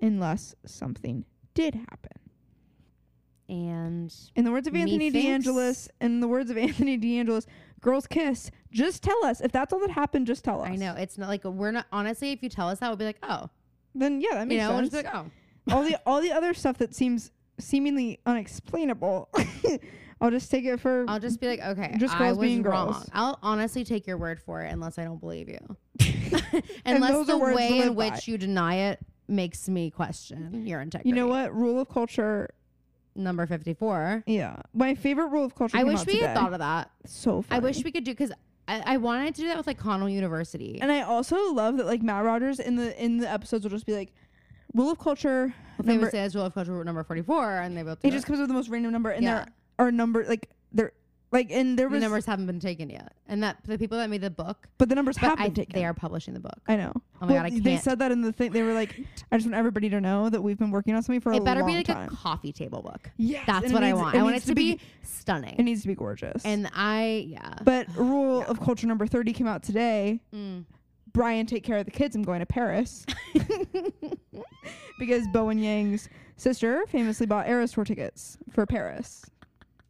Unless something did happen. And In the words of Anthony Methinks. DeAngelis, in the words of Anthony DeAngelis, girls kiss. Just tell us if that's all that happened. Just tell us. I know it's not like we're not honestly. If you tell us that, we'll be like, oh, Then yeah, that you makes know, we'll sense. just be like, oh, all the all the other stuff that seems seemingly unexplainable, I'll just take it for. I'll just be like, okay, Just I girls was being wrong. girls. I'll honestly take your word for it unless I don't believe you. And unless those the are words to way in live by. which you deny it makes me question your integrity. You know what? Rule of culture. Number 54. Yeah. My favorite rule of culture. I came wish out we today. had thought of that. So funny. I wish we could do because I, I wanted to do that with like Connell University. And I also love that like Matt Rogers in the in the episodes will just be like, rule of culture. they number- would say as well of culture number 44 and they both do it just comes with the most random number, and Yeah. there are number like there like and there the was numbers haven't been taken yet. And that the people that made the book, but the numbers have but I, been think taken. they are publishing the book. I know. Oh my God, I They can't. said that in the thing. They were like, I just want everybody to know that we've been working on something for a It better long be like time. a coffee table book. yes, and That's it what I needs- want. I want needs it to be, It stunning. needs to be gorgeous. And I, yeah. but rule of culture number thirty came out today. Mm. Brian, take care of the kids. I'm going to Paris because Bowen Yang's sister famously bought Eras tour tickets for Paris,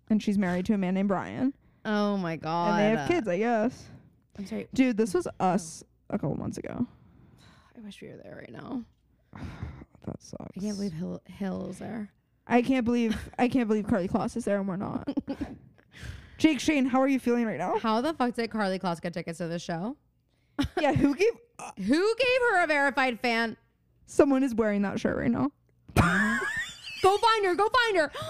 and she's married to a man named Brian, Oh my God. and they have kids, I guess. I'm sorry. Dude, this was us a couple months ago. I wish we were there right now. That sucks. I can't believe Hill, Hill's there. I can't believe I can't believe Carly Kloss is there and we're not. Jake Shane, how are you feeling right now? How the fuck did Carly Kloss get tickets to the show? yeah, who gave? uh, Who gave her a verified fan? someone is wearing that shirt right now. Go find her. Go find her.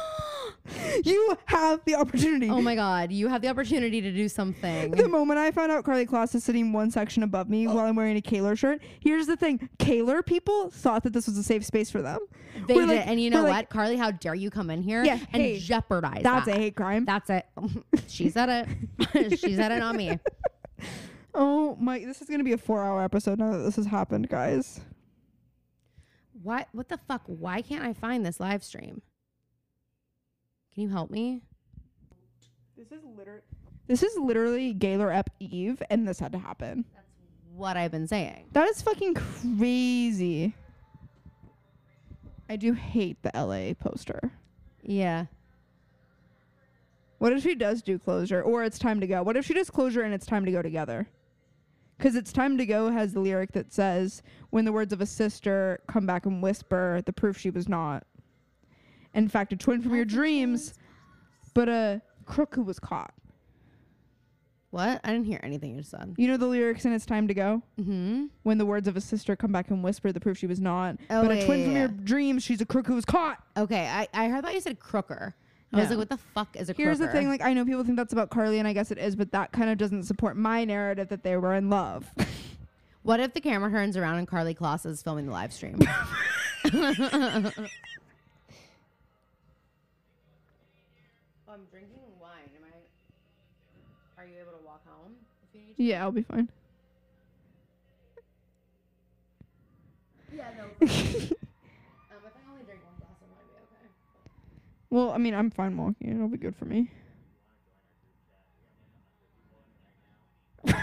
You have the opportunity. oh my God. You have the opportunity to do something. The moment I found out Carly Kloss is sitting one section above Oh. me while I'm wearing a Kaler shirt, here's the thing: Kaler people thought that this was a safe space for them. They We're did. like- and you we're know what, like, Carly? How dare you come in here Yeah, and hey, jeopardize That's that? a hate crime. That's it. she said it. she said it, not me. oh my! This is gonna be a four-hour episode now that this has happened, guys. What? What the fuck? Why can't I find this live stream? Can you help me? This is literally this is literally Gaylor Ep Eve, and this had to happen. What I've been saying. That is fucking crazy. I do hate the LA poster. Yeah. What if she does do closure or it's time to go? What if she does closure and it's time to go together? Because it's time to go has the lyric that says, "When the words of a sister come back and whisper, the proof she was not, in fact, a twin from your dreams, but a crook who was caught." What? I didn't hear anything you just said. You know the lyrics in "It's Time to Go." Mm-hmm. When the words of a sister come back and whisper, the proof she was not, Oh, but yeah, a twin yeah, from yeah. your dreams, she's a crook who was caught. Okay. I I heard that you said crooker. I was No. like, what the fuck is a Here's crooker? the thing, like I know people think that's about Carly, and I guess it is, but that kind of doesn't support my narrative that they were in love. what if the camera turns around and Carly Kloss is filming the live stream? I'm drinking wine. Am I? Are you able to walk home? If you need yeah, I'll be fine. Yeah, no. um, if I only drink one glass, I might be okay. Well, I mean, I'm fine walking. It'll be good for me.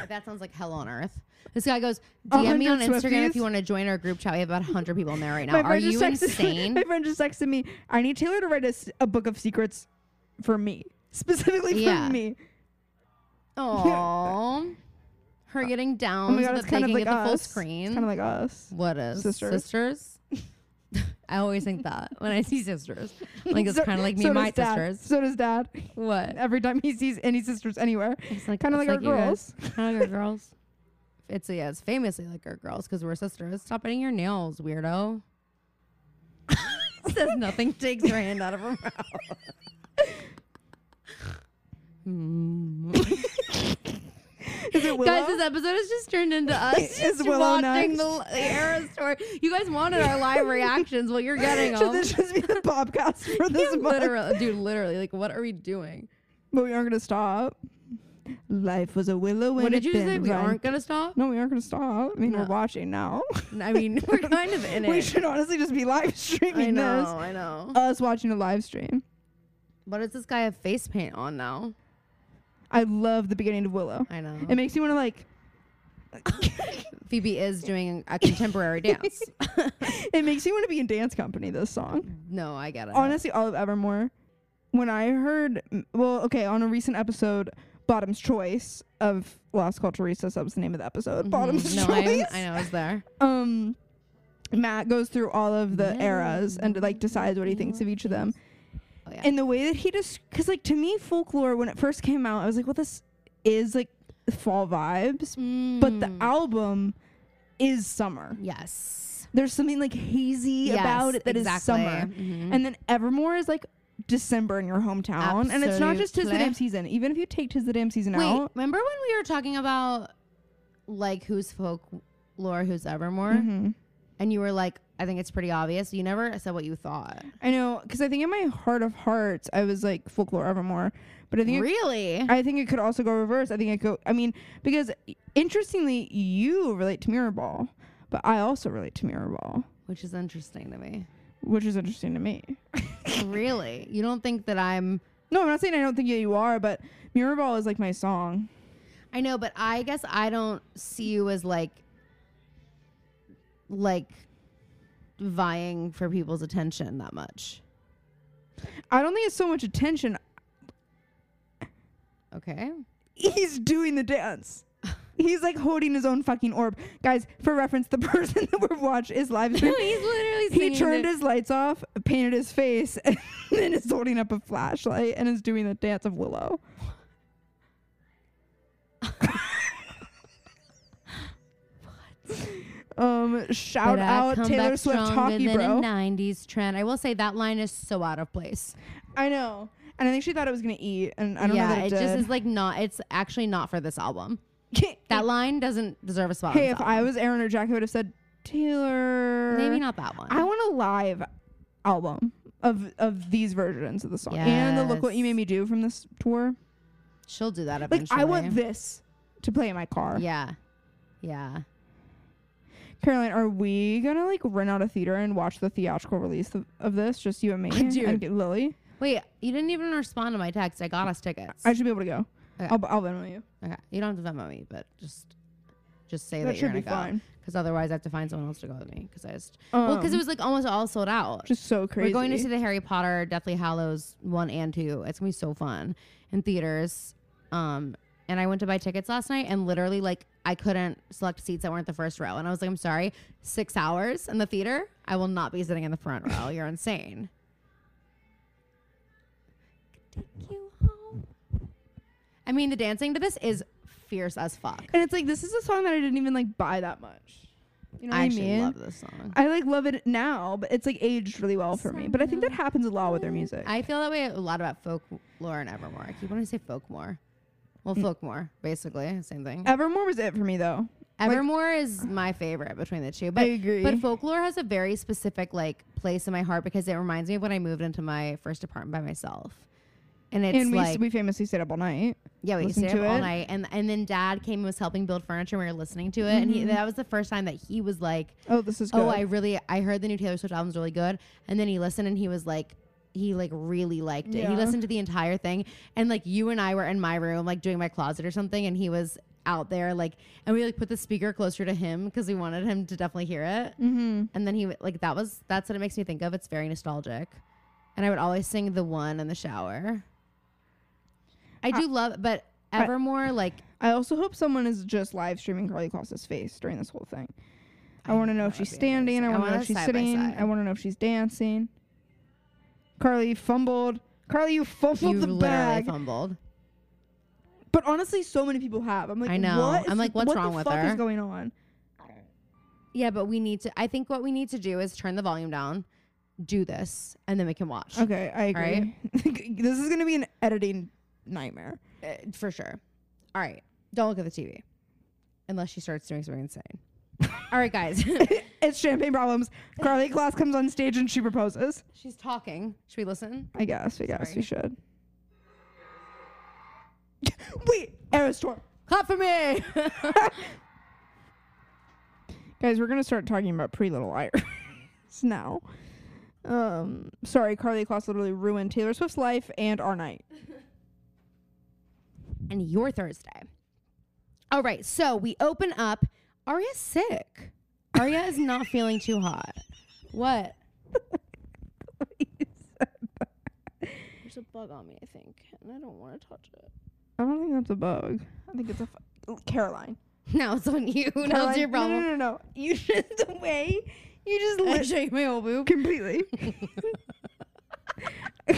That sounds like hell on earth. This guy goes, A DM me on hundred Instagram if Swifties? you want to join our group chat. We have about 100 people in there right now. Are you texted Me, insane? my friend just texted me. I need Taylor to write a, s- a book of secrets for me, specifically for Yeah. me. Oh, her getting down Oh my god, so it's that kind they of can like get the us. full It's screen. kind of like us. what is Sisters. sisters? I always think that when I see sisters, I'm like it's So- kind of like me so and my does Dad. sisters. So does Dad. What? Every time he sees any sisters anywhere, It's like kind of like, it's our you guys. girls. Kind of like our girls. It's yeah, it's famously like our girls because we're sisters. Stop biting your nails, weirdo. Says nothing takes her hand out of her mouth. Mm. Is it Willow? Guys, this episode has just turned into us Is just Willow watching next? the, the Era story. You guys wanted our live reactions. Well, you're getting Should them. this just be the podcast for this month? Literally, dude, literally, like, what are we doing? But we aren't gonna stop. Life was a willow. What and did a you say? thin We vine. aren't gonna stop. No, we aren't gonna stop. I mean, No. we're watching now. I mean, we're kind of in it. we should honestly just be Oh. live streaming I know, this. I know. Us watching a live stream. What does this guy have face paint on now? I love the beginning of Willow. I know. It makes you want to like. Phoebe is doing a contemporary dance. It makes you want to be in dance company. This song, No, I get it. honestly, all of Evermore. When I heard, well, okay, on a recent episode, Bottom's Choice of Lost Culture Recess, that was the name of the episode. Mhm. Bottom's no, I, Choice. I know it's there. um Matt goes through all of the eras and like decides what he thinks of each of them. Oh, yeah. And the way that he just cuz like to me folklore when it first came out I was like well this is like fall vibes but the Mm. album is summer. yes, there's something like hazy about Yes, it that is exactly. summer. Mhm. And then Evermore is like December in your hometown. And it's not just Tis the Absolutely. Damn Season. Even if you take Tis the Damn Season Wait, out, remember when we were talking about like who's folklore, who's Evermore, Mhm. and you were like, I think it's pretty obvious. You never said what you thought. I know, because I think in my heart of hearts, I was like folklore evermore. But I think it, Really? I think it could also go reverse. I think it go. I mean, because interestingly, you relate to mirror ball, but I also relate to mirror ball, Which is interesting to me. which is interesting to me. really? You don't think that I'm No, I'm not saying I don't think that you are, but mirror ball is like my song. I know, but I guess I don't see you as like like vying for people's attention that much. I don't think it's so much attention. Okay. He's doing the dance. He's like holding his own fucking orb, guys. For reference, the person that we're watching is live stream. literally He turned his lights off, painted his face, and then is holding up a flashlight and is doing the dance of Willow. Um, shout out Taylor Swift hockey, bro. 90s trend. I will say that line is so out of place. I know, and I think she thought it was gonna eat, and I don't yeah, know that it, it, just did. is like not. It's actually not for this album. hey, That line doesn't deserve a spot. on this if I album. was Aaron or Jack, I would have said Taylor. maybe not that one. I want a live album of of these versions of the song and the "Look What You Yes. Made Me Do" from this tour. She'll do that Like eventually. I want this to play in my car. Yeah, yeah. Caroline, are we gonna like rent out a theater and watch the theatrical release of, of this? Just you and me Dude. and get Lily. Wait, you didn't even respond to my text. I got us tickets. I should be able to go. Okay. I'll I'll Venmo you. okay, you don't have to Venmo me, but just just say that, That you're should gonna be go. fine. Because otherwise, I have to find someone else to go with me. Because I just well, because it Um, was like almost all sold out. Just so crazy. We're going to see the Harry Potter Deathly Hallows one and two. It's gonna be so fun in theaters. Um, and I went to buy tickets last night, and literally like I couldn't select seats that weren't the first row, and I was like, I'm sorry, six hours in the theater, I will not be sitting in the front row. You're insane. Take you home. I mean, the dancing to this is fierce as fuck. and it's like this is a song that I didn't even like buy that much. You know what I I actually mean? love this song. I like love it now, but it's like aged really well for me. But I think that happens a lot with their music. I feel that way a lot about folklore and Evermore. I keep wanting to say folkmore. Hmm. Well, folkmore, basically, same thing. Evermore was it for me though. Evermore is my favorite between the two. But, agree. But folklore has a very specific like place in my heart because it reminds me of when I moved into my first apartment by myself. And it's and we, s- like we famously stayed up all night. yeah, we listened stayed up to all it. night, and and then Dad came and was helping build furniture. and We were listening to it, and Mm-hmm. he, that was the first time that he was like, Oh, this is good. oh i really i heard the new taylor swift album's really good and then he listened and he was like he like really liked it he Yeah. listened to the entire thing and like you and i were in my room like doing my closet or something and he was out there like and we like put the speaker closer to him because we wanted him to definitely hear it mm-hmm. and then he w- like that was that's what it makes me think of it's very nostalgic and i would always sing the one in the shower i do love but I- evermore like I also hope someone is just live streaming Carly Kloss's face during this whole thing. I, I want to know, know that if she's would be amazing. standing. I I want to want know if it she's side by sitting. side. I want to know if she's dancing. Carly fumbled. Carly, you you fumbled the literally bag. fumbled But honestly, so many people have. I'm like, I know. What is I'm like, the- what's what wrong the with fuck her? Is going on? Yeah, but we need to. I think what we need to do is turn the volume down, do this, and then we can watch Okay, I agree. this is gonna be an editing nightmare. Uh, for sure. All right, don't look at the TV unless she starts doing something insane. All right, guys, it's champagne problems. Carly Kloss comes on stage and she proposes. she's talking. Should we listen? I guess. I guess Sorry. we should. Wait, Aerostorm. Clap for me. Guys, we're gonna start talking about Pretty Little Liars now. Um, sorry, Carly Kloss literally ruined Taylor Swift's life and our night. and your Thursday. All right, so we open up. Arya's sick. Arya is not feeling too hot. What? There's a bug on me, I think, and I don't want to touch it. I don't think that's a bug. I think it's a f- Caroline. Now it's on you. Now Caroline- it's your problem. No, no, no, no. You just the way you just lit shake my old boob. completely.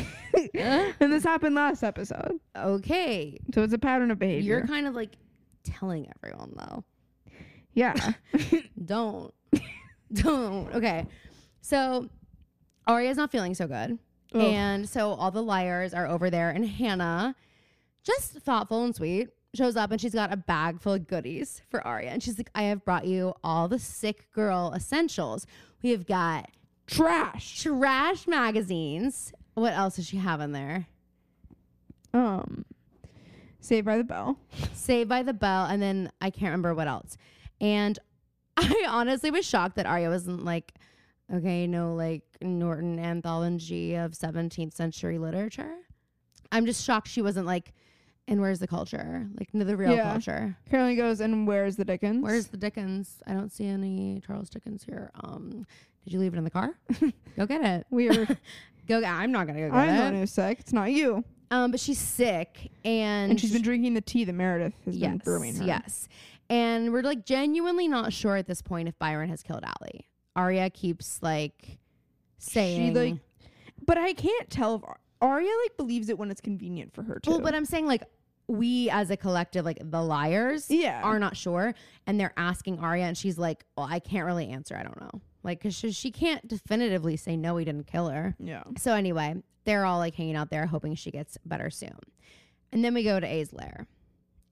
and this happened last episode, Okay. so it's a pattern of behavior. You're kind of like telling everyone though. yeah. Don't. Don't. Okay. So Arya's not feeling so good. Ugh. And so all the liars are over there. And Hannah, just thoughtful and sweet, shows up and she's got a bag full of goodies for Arya. And she's like, I have brought you all the sick girl essentials. We have got Trash. trash magazines. What else does she have in there? Um, Saved by the Bell. Saved by the Bell, and then I can't remember what else. And I honestly was shocked that Arya wasn't like, okay, no, like Norton anthology of 17th century literature. I'm just shocked she wasn't like, and where's the culture? Like, no, the real Yeah. culture. Carolyn goes, and where's the Dickens? Where's the Dickens? I don't see any Charles Dickens here. Um, did you leave it in the car? go get it. weird? Go. Get, I'm not gonna go get I'm the it. one who's sick. It's not you. Um, but she's sick, and, And, she's been drinking the tea that Meredith has been brewing her. Yes. And we're like genuinely not sure at this point if Byron has killed Allie. Arya keeps like saying like, But I can't tell if Ar- Arya like believes it when it's convenient for her to. Well, but I'm saying like we as a collective, like the liars Yeah. are not sure. And they're asking Arya and she's like, Well, I can't really answer. I don't know. Like, cause she, she can't definitively say no, he didn't kill her. yeah. So anyway, they're all like hanging out there hoping she gets better soon. And then we go to A's lair.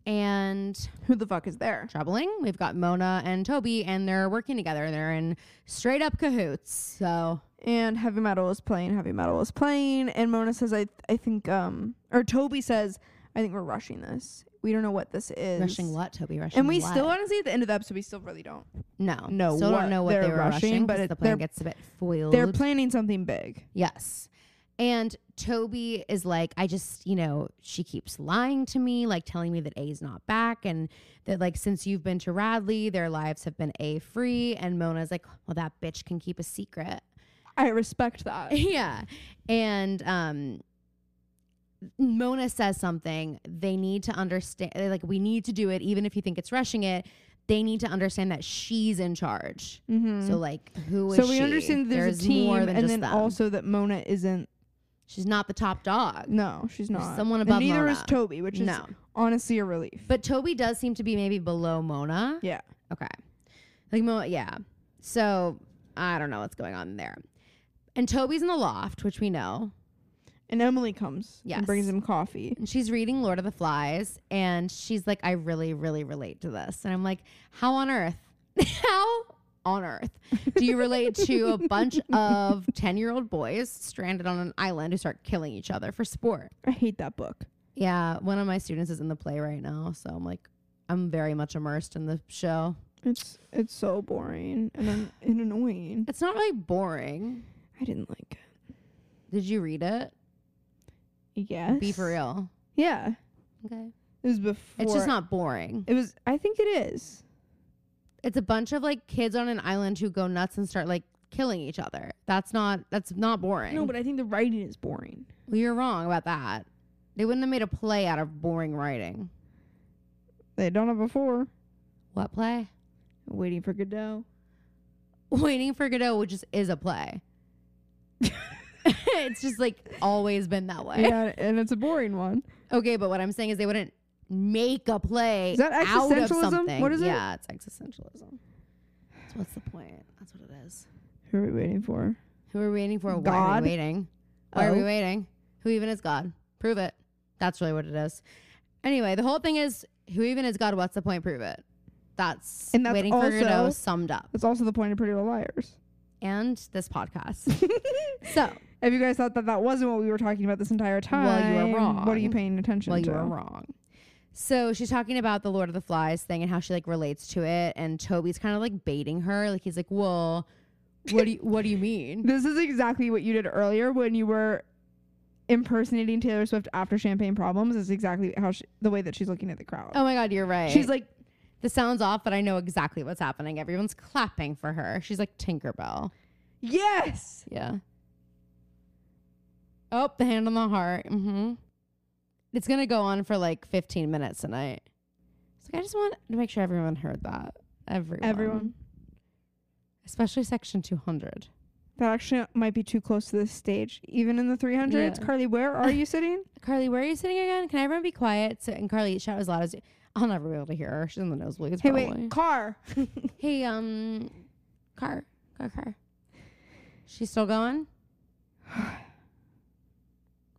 And Who the fuck is there? troubling. We've got Mona and Toby, and they're working together. They're in straight up cahoots. So and heavy metal is playing heavy metal is playing and mona says i i think um or toby says i think we're rushing this we don't know what this is rushing what, Toby? Rushing and we what? still honestly at the end of the episode we still really don't no, know still what don't know what they they're were rushing, rushing, but 'cause it- the plan they're- gets a bit foiled. they're planning something big yes, and Toby is like, I just, you know, she keeps lying to me, like telling me that A's not back, and that like since you've been to Radley, their lives have been A free. And Mona's like, well, that bitch can keep a secret. i respect that yeah. And um Mona says something. They need to understand like we need to do it even if you think it's rushing it. They need to understand that she's in charge. mm-hmm. So like who is so we she? understand that there's, a There's team more than and just then them. also that mona isn't she's not the top dog. no she's There's not someone And above neither is Mona. toby which is No. honestly a relief But Toby does seem to be maybe below Mona. yeah Okay. Like Mo yeah. So I don't know what's going on there. And Toby's in the loft, which we know. and emily comes Yes. and brings him coffee and she's reading Lord of the Flies, and she's like, I really, really relate to this. And I'm like, how on earth? how on earth do you relate to a bunch of 10 year old boys stranded on an island who start killing each other for sport? i hate that book Yeah, one of my students is in the play right now, so I'm like, I'm very much immersed in the show. it's it's so boring and, an- and annoying It's not really boring. i didn't like it Did you read it? Yes. Be for real. Yeah. Okay. It was before. It's just not boring. It was. I think it is. it's a bunch of like kids on an island who go nuts and start like killing each other. That's not that's not boring. No, but I think the writing is boring. well, you're wrong about that. They wouldn't have made a play out of boring writing. They done it before. What play? Waiting for Godot. Waiting for Godot, which is, is a play. it's just like always been that way. Yeah, and it's a boring one. Okay, but what I'm saying is they wouldn't make a play Is that out of existentialism? something. What is it? Yeah, it's existentialism. So what's the point? That's what it is. Who are we waiting for? Who are we waiting for? Why are God. we waiting? Why are we Oh. waiting? Who even is God? Prove it. That's really what it is. Anyway, the whole thing is who even is God? What's the point? Prove it. That's, And that's waiting for Godot also- summed up. That's also the point of Pretty Little Liars. And this podcast. so, If you guys thought that that wasn't what we were talking about this entire time, Well, you are What are you wrong. paying attention well, to? you were wrong. So she's talking about the Lord of the Flies thing and how she like relates to it, and Toby's kind of like baiting her. Like he's like, "Well, what do you what do you mean?" This is exactly what you did earlier when you were impersonating Taylor Swift after Champagne Problems. Is exactly how she, the way that she's looking at the crowd. Oh my God, you're right. She's like, "This sounds off, but I know exactly what's happening. Everyone's clapping for her." She's like Tinkerbell. yes. Yeah. Oh, the hand on the heart. Mm-hmm. It's gonna go on for like 15 minutes tonight. It's like I just want to make sure everyone heard that. Everyone. Everyone. Especially section 200. That actually might be too close to this stage. Even in the 300s, Yeah. Carly, where are you sitting? Carly, where are you sitting again? Can everyone be quiet? So, and Carly, shout as loud as you. I'll never be able to hear her. She's in the nosebleeds. hey, probably. wait, car. Hey, um, car. Go her. She's still going?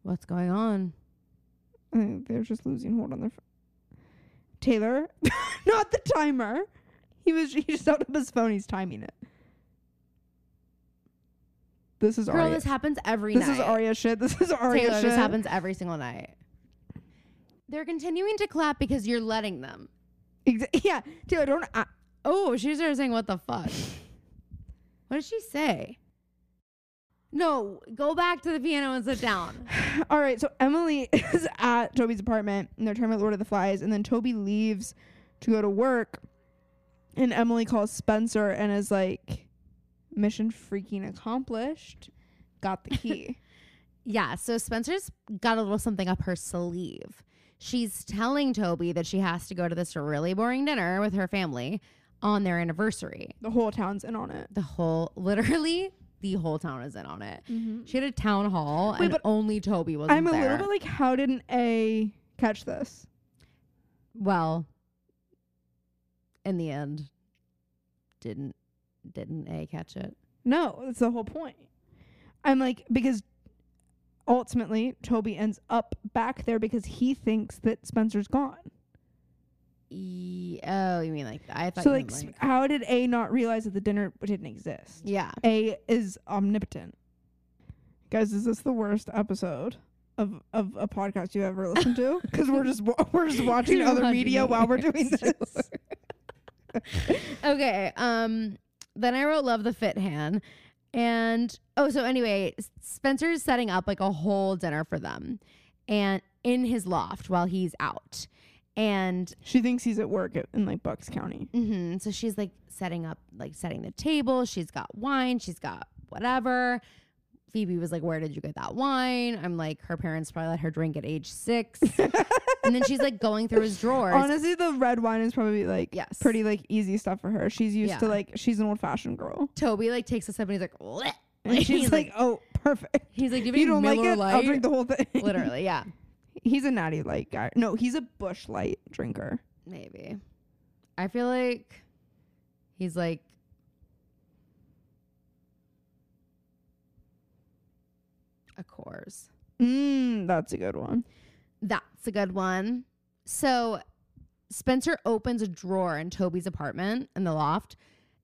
What's going on? I think Uh, they're just losing hold on their. ph- Taylor, not the timer. He was he just held up his phone. He's timing it. This is Girl, Arya. this happens every This night. is Arya shit. This is Arya Taylor, shit. this happens every single night. They're continuing to clap because you're letting them. Exa- yeah, Taylor, don't. a- Oh, she started saying, What the fuck? what did she say? No, go back to the piano and sit down. All right, so Emily is at Toby's apartment and they're talking about Lord of the Flies, and then Toby leaves to go to work, and Emily calls Spencer and is like, "Mission freaking accomplished, got the key." Yeah, so Spencer's got a little something up her sleeve. She's telling Toby that she has to go to this really boring dinner with her family on their anniversary. the whole town's in on it. The whole, literally, the whole town is in on it. She had a town hall, Wait, and but only Toby Mm-hmm. wasn't I'm a there. little bit like, how didn't A catch this? well, in the end, didn't didn't A catch it? No, that's the whole point. I'm like, because ultimately Toby ends up back there because he thinks that Spencer's gone. E- oh, you mean like I thought? So you like, meant s like how did A not realize that the dinner didn't exist? yeah. A is omnipotent. Guys, is this the worst episode of of a podcast you ever listened to? Because we're just wa- we're just watching You're other watching media it. while we're doing Sure. this. okay. Um. Then I wrote "Love the Fit Hand," and oh, so anyway, S- Spencer's setting up like a whole dinner for them, and in his loft while he's out, and She thinks he's at work at, in like Bucks County. hmm so she's like setting up, like setting the table. She's got wine. She's got whatever. Phoebe was like, "Where did you get that wine?" I'm like, "Her parents probably let her drink at age six. and then she's like going through his drawers. Honestly, the red wine is probably like Yes. pretty like easy stuff for her. She's used to Yeah. like she's an old fashioned girl, Toby like takes a sip and he's like, "Bleh." and she's He's like, oh, perfect. He's like, do you, have You any don't like Miller it? I'll Lite?" drink the whole thing. Literally, yeah. he's a natty light guy. No, he's a bush light drinker. Maybe. I feel like he's like. A Coors. Mm, that's a good one. That's a good one. So Spencer opens a drawer in Toby's apartment in the loft,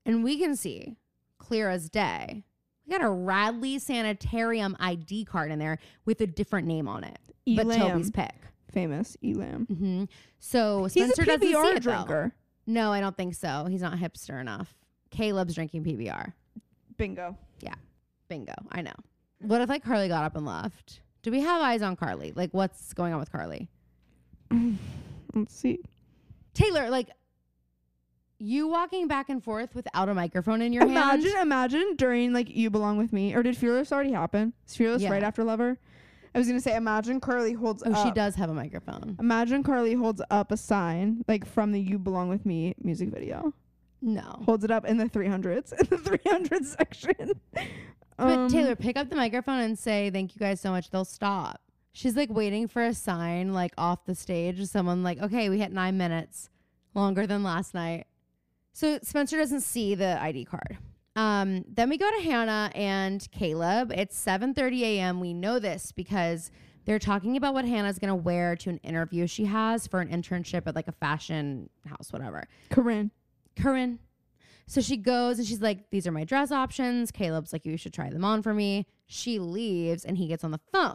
and we can see clear as day. We got a Radley Sanitarium ID card in there with a different name on it, but Elam. Toby's pick. famous Elam. hmm So He's Spencer a doesn't see PBR it, though. drinker. No, I don't think so. He's not hipster enough. Caleb's drinking PBR. Bingo. Bingo. I know. What if like Carly got up and left? Do we have eyes on Carly? Like what's going on with Carly? Let's see. Taylor, like you walking back and forth without a microphone in your imagine, hand. imagine during like "You Belong with Me" or did Fearless already happen? Is Fearless Yeah. right after Lover? I was gonna say, imagine Carly holds. Oh, up. she does have a microphone. Imagine Carly holds up a sign like from the "You Belong with Me" music video. No. Holds it up in the 300s in the 300 section. Um, but Taylor, pick up the microphone and say, Thank you guys so much. They'll stop. She's like waiting for a sign, like off the stage. Someone like, Okay, we hit nine minutes longer than last night. So Spencer doesn't see the ID card. Um, then we go to Hannah and Caleb. It's 7:30 a.m. We know this because they're talking about what Hannah's gonna wear to an interview she has for an internship at like a fashion house, whatever. Corinne. Corinne. So she goes and she's like, These are my dress options. Caleb's like, You should try them on for me. She leaves and he gets on the phone.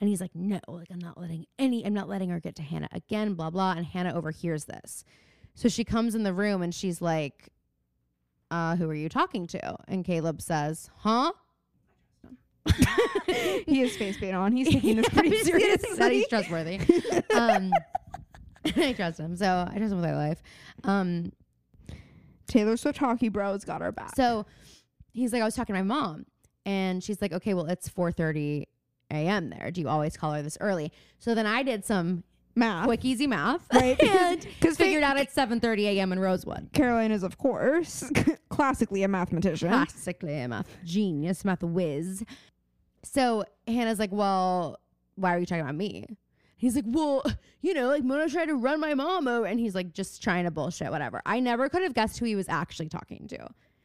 And he's like, No, like I'm not letting any, I'm not letting her get to Hannah again, blah, blah. And Hannah overhears this. So she comes in the room and she's like, uh, who are you talking to? And Caleb says, Huh? He has face paint on. He's taking this pretty Obviously, it's- That seriously. he's trustworthy. um, I trust him. So I trust him with my life. Um, Taylor Swift hockey bros got our back. So he's like, I was talking to my mom, and she's like, okay, well, it's 4:30 a.m. there. Do you always call her this early? So then I did some Math. quick, easy math, Right, because- and 'cause fa- figured out it's 7:30 a.m. in Rosewood. Caroline is, of course, classically a mathematician. Classically a math genius, math whiz. So Hannah's like, well, why are you talking about me? He's like, well, you know, like Mona tried to run my mom over, and he's like, just trying to bullshit, whatever. I never could have guessed who he was actually talking to.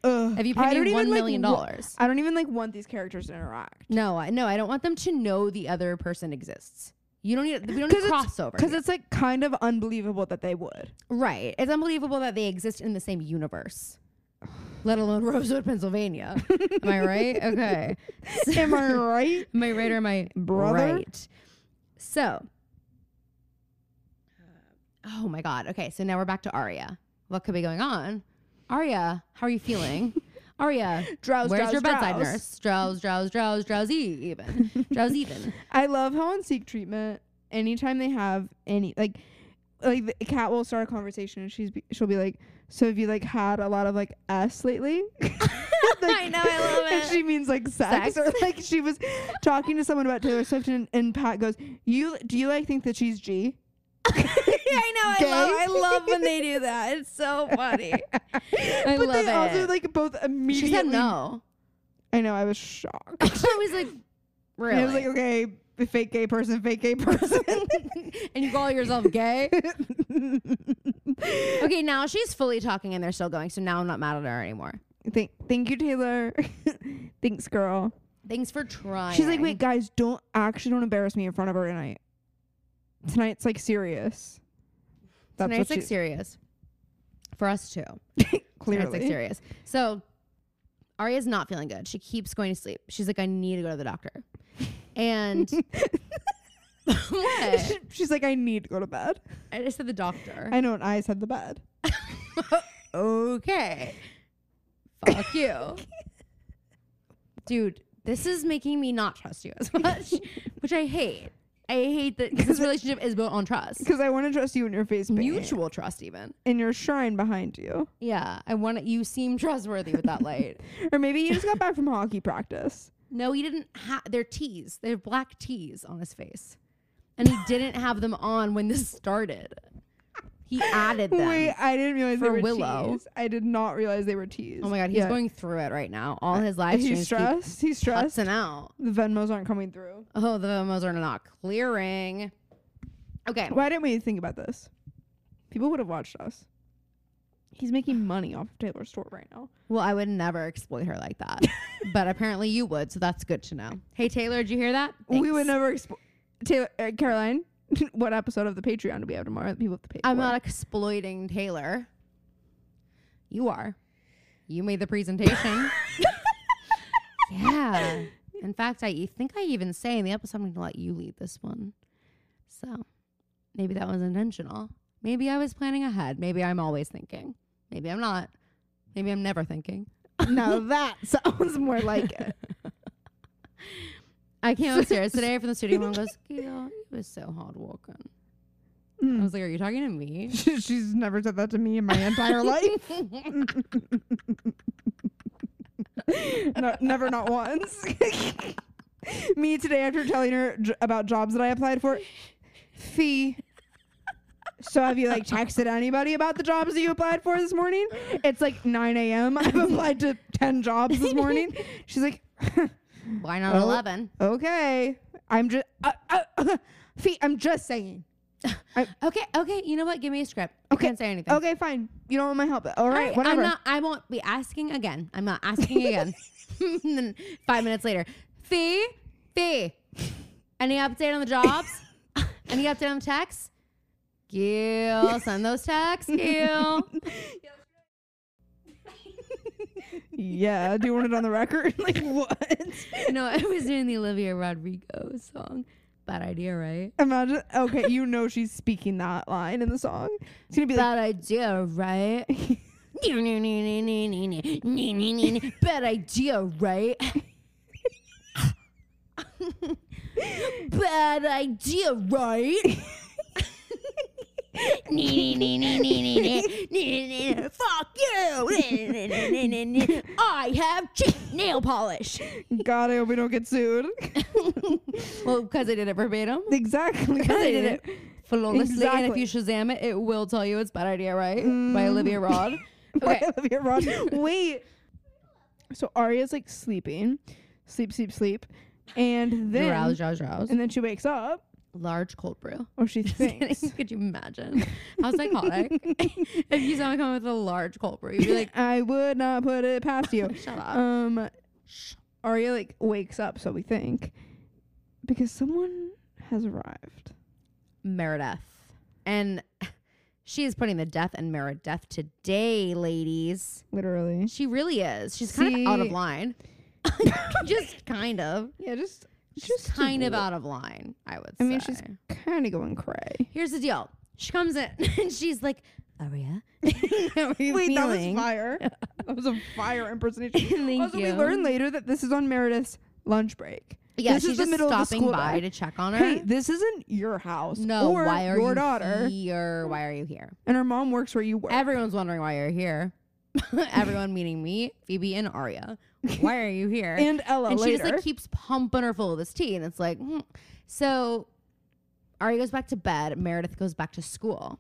Ugh. If you I pay don't me even, one like, million wa- dollars. I don't even like want these characters to interact No, I no, I don't want them to know the other person exists. You don't need we don't need 'Cause it's- crossover. because here. it's like kind of unbelievable that they would. right. It's unbelievable that they exist in the same universe. Let alone Rosewood, Pennsylvania. Am I right? Okay. Am I right? Am I right or am I Brother? right? So, oh my God. Okay, so now we're back to Aria. What could be going on? Aria, how are you feeling? Aria, Drowse, where's drowse, your bedside drowse. nurse? Drowse, drowse, drowse, drowsy even. Drowse even. I love how on Seek treatment, anytime they have any like, like the cat will start a conversation and she's be, she'll be like, "So have you like had a lot of like s lately?" I know, I love And it. she means like sex, Sex. or like she was talking to someone about Taylor Swift and, and Pat goes, "You do you like think that she's G?" I Gay? they do that. It's so funny. I but love they also it. like both immediately. she said no. I know. I was shocked. I was like, really? I was like, okay, fake gay person, fake gay person. and you call yourself gay? okay, now she's fully talking and they're still going. So now I'm not mad at her anymore. Thank, thank you, Taylor. Thanks, girl. Thanks for trying. She's like, wait, guys, don't actually don't embarrass me in front of her tonight. Tonight's like serious. That's tonight's what like serious for us too. she, Tonight's like clearly. serious. So Aria's not feeling good. She keeps going to sleep. She's like, I need to go to the doctor. And what? She's like, I need to go to bed. I just said the doctor. I know, and I said the bed. okay. Fuck you. Dude, this is making me not trust you as much, which I hate. I hate that 'cause this relationship is built on trust. Because I want to trust you in your face, babe, Mutual trust, even. and your shrine behind you. Yeah, I want you seem trustworthy with that light. Or maybe you just got back from hockey practice. no, he didn't have they're tees. They're black tees on his face. And he didn't have them on when this started. He added them. Wait, I didn't realize they for were Willow. tees. I did not realize they were tees. oh my god, he's Yeah. going through it right now. All his live He's streams keep stressed. He's stressed. cussing out. The Venmos aren't coming through. Oh, the Venmos are not clearing. Okay. Why didn't we think about this? People would have watched us. He's making money off of Taylor's store right now. Well, I would never exploit her like that. but apparently you would, so that's good to know. Hey Taylor, did you hear that? We Thanks. would never expo- Taylor uh, Caroline. what episode of the Patreon do we have tomorrow? That people have to pay. I'm for? not exploiting Taylor. You are. You made the presentation. yeah. In fact, I e- think I even say in the episode, I'm going to let you lead this one. So maybe that was intentional. Maybe I was planning ahead. Maybe I'm always thinking. Maybe I'm not. Maybe I'm never thinking. now that sounds more like it. I came upstairs today from the studio. Mom goes, Gail, it was so hard walking. Hmm. I was like, Are you talking to me? She- She's never said that to me in my entire life. no, never, not once. me today after telling her j- about jobs that I applied for. Fee. So have you like texted anybody about the jobs that you applied for this morning? It's like 9 a.m. I've applied to 10 jobs this morning. She's like, Why not Oh. 11? okay, I'm just, uh, uh, Fee, I'm just saying. Okay, okay. You know what? Give me a script. Okay, I can't say anything. Okay, fine. You don't want my help. All All right, right, whatever. I'm not. I won't be asking again. I'm not asking again. And then five minutes later, fee, fee. Any update on the jobs? Any update on the texts? Gil, send those texts, Gil. yeah, do you want it on the record? like what? no, I was doing the Olivia Rodrigo song. Bad idea, right? Imagine. Okay, you know she's speaking that line in the song. It's gonna be like, Bad idea, right? Bad idea, right? Bad idea, right? Fuck you! I have cheap nail polish. God, I hope we don't get sued. well, because I did it verbatim. exactly. Because I did it flawlessly. And if Exactly. you Shazam it, it will tell you it's bad idea, right? By Olivia Rod. Why Olivia Rodrigo- Wait. So Arya's like sleeping, sleep, sleep, sleep, and then Rouse, rouse, rouse. and then she wakes up large cold brew. Or she Just kidding. thinks. Could you imagine how psychotic if you saw me come with a large cold brew? You'd be like, I would not put it past you. shut up. Um, Arya like wakes up, so we think, because someone has arrived. Meredith. And she is putting the death and Meredith today, ladies. Literally. She really is. She's kind of out of See- line. just kind of. Yeah, just She's just a kind of little- out of line, I would say. I mean, she's kind of going cray. Here's the deal. She comes in and she's like, Aria. Wait, that was fire. that was a fire impersonation. Thank also, we you. learn later that this is on Meredith's lunch break. Yeah, this she's is the just middle of the stopping school by day. to check on her. Hey, this isn't your house. no, or why are your you daughter? here? Why are you here? And her mom works where you work. Everyone's wondering why you're here. Everyone meaning me, Phoebe, and Aria. Why are you here? and Ella and she later. just like keeps pumping her full of this tea, and it's like, hmm. so. Ari goes back to bed. Meredith goes back to school.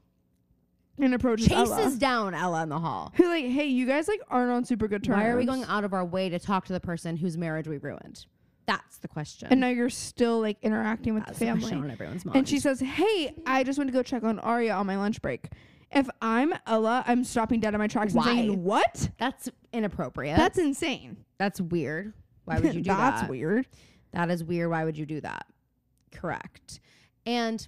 and approaches Chases Ella. down Ella in the hall. Who like, hey, you guys like aren't on super good terms. Why are we going out of our way to talk to the person whose marriage we ruined? That's the question. And now you're still like interacting with That's the the question family. on everyone's mind. and she says, "Hey, I just went to go check on Arya on my lunch break. If I'm Ella, I'm stopping dead in my tracks Why? and saying, "What? that's inappropriate. That's insane. that's weird. Why would you do that? That's weird." That is weird. Why would you do that? Correct. And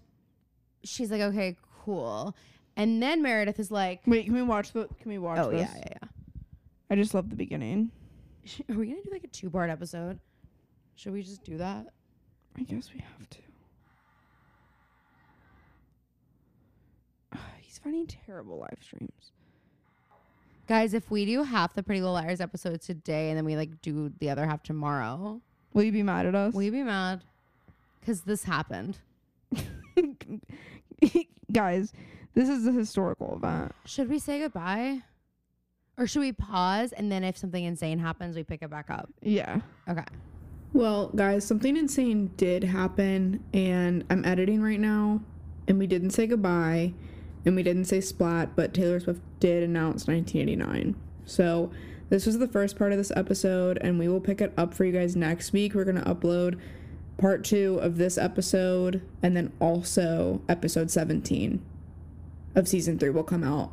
she's like, okay, cool. And then Meredith is like, Wait, can we watch the? Can we watch oh this? yeah, yeah, yeah. I just love the beginning. Sh- Are we gonna do like a two part episode? Should we just do that? I guess we have to. He's finding terrible live streams. Guys, if we do half the Pretty Little Liars episode today and then we like do the other half tomorrow, Will you be mad at us? will you be mad? Cause this happened. Guys, this is a historical event. Should we say goodbye? Or should we pause and then if something insane happens, we pick it back up? Yeah. Okay. Well, guys, something insane did happen, and I'm editing right now, and we didn't say goodbye, and we didn't say splat, but Taylor Swift did announce 1989. So, this was the first part of this episode, and we will pick it up for you guys next week. We're going to upload part two of this episode, and then also episode 17 of season three will come out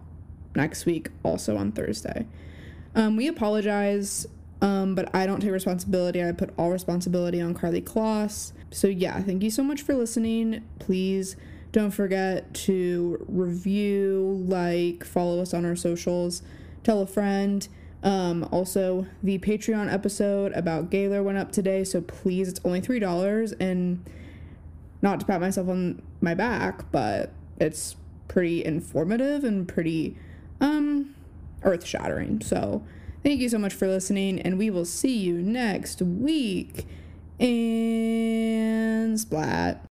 next week, also on Thursday. Um, we apologize, um, but I don't take responsibility. I put all responsibility on Carly Kloss. So, yeah, thank you so much for listening. Please don't forget to review, like, follow us on our socials, tell a friend. Um, also, the Patreon episode about Gaylor went up today, so please, it's only $3. And not to pat myself on my back, but it's pretty informative and pretty um earth shattering. So thank you so much for listening and we will see you next week. And splat.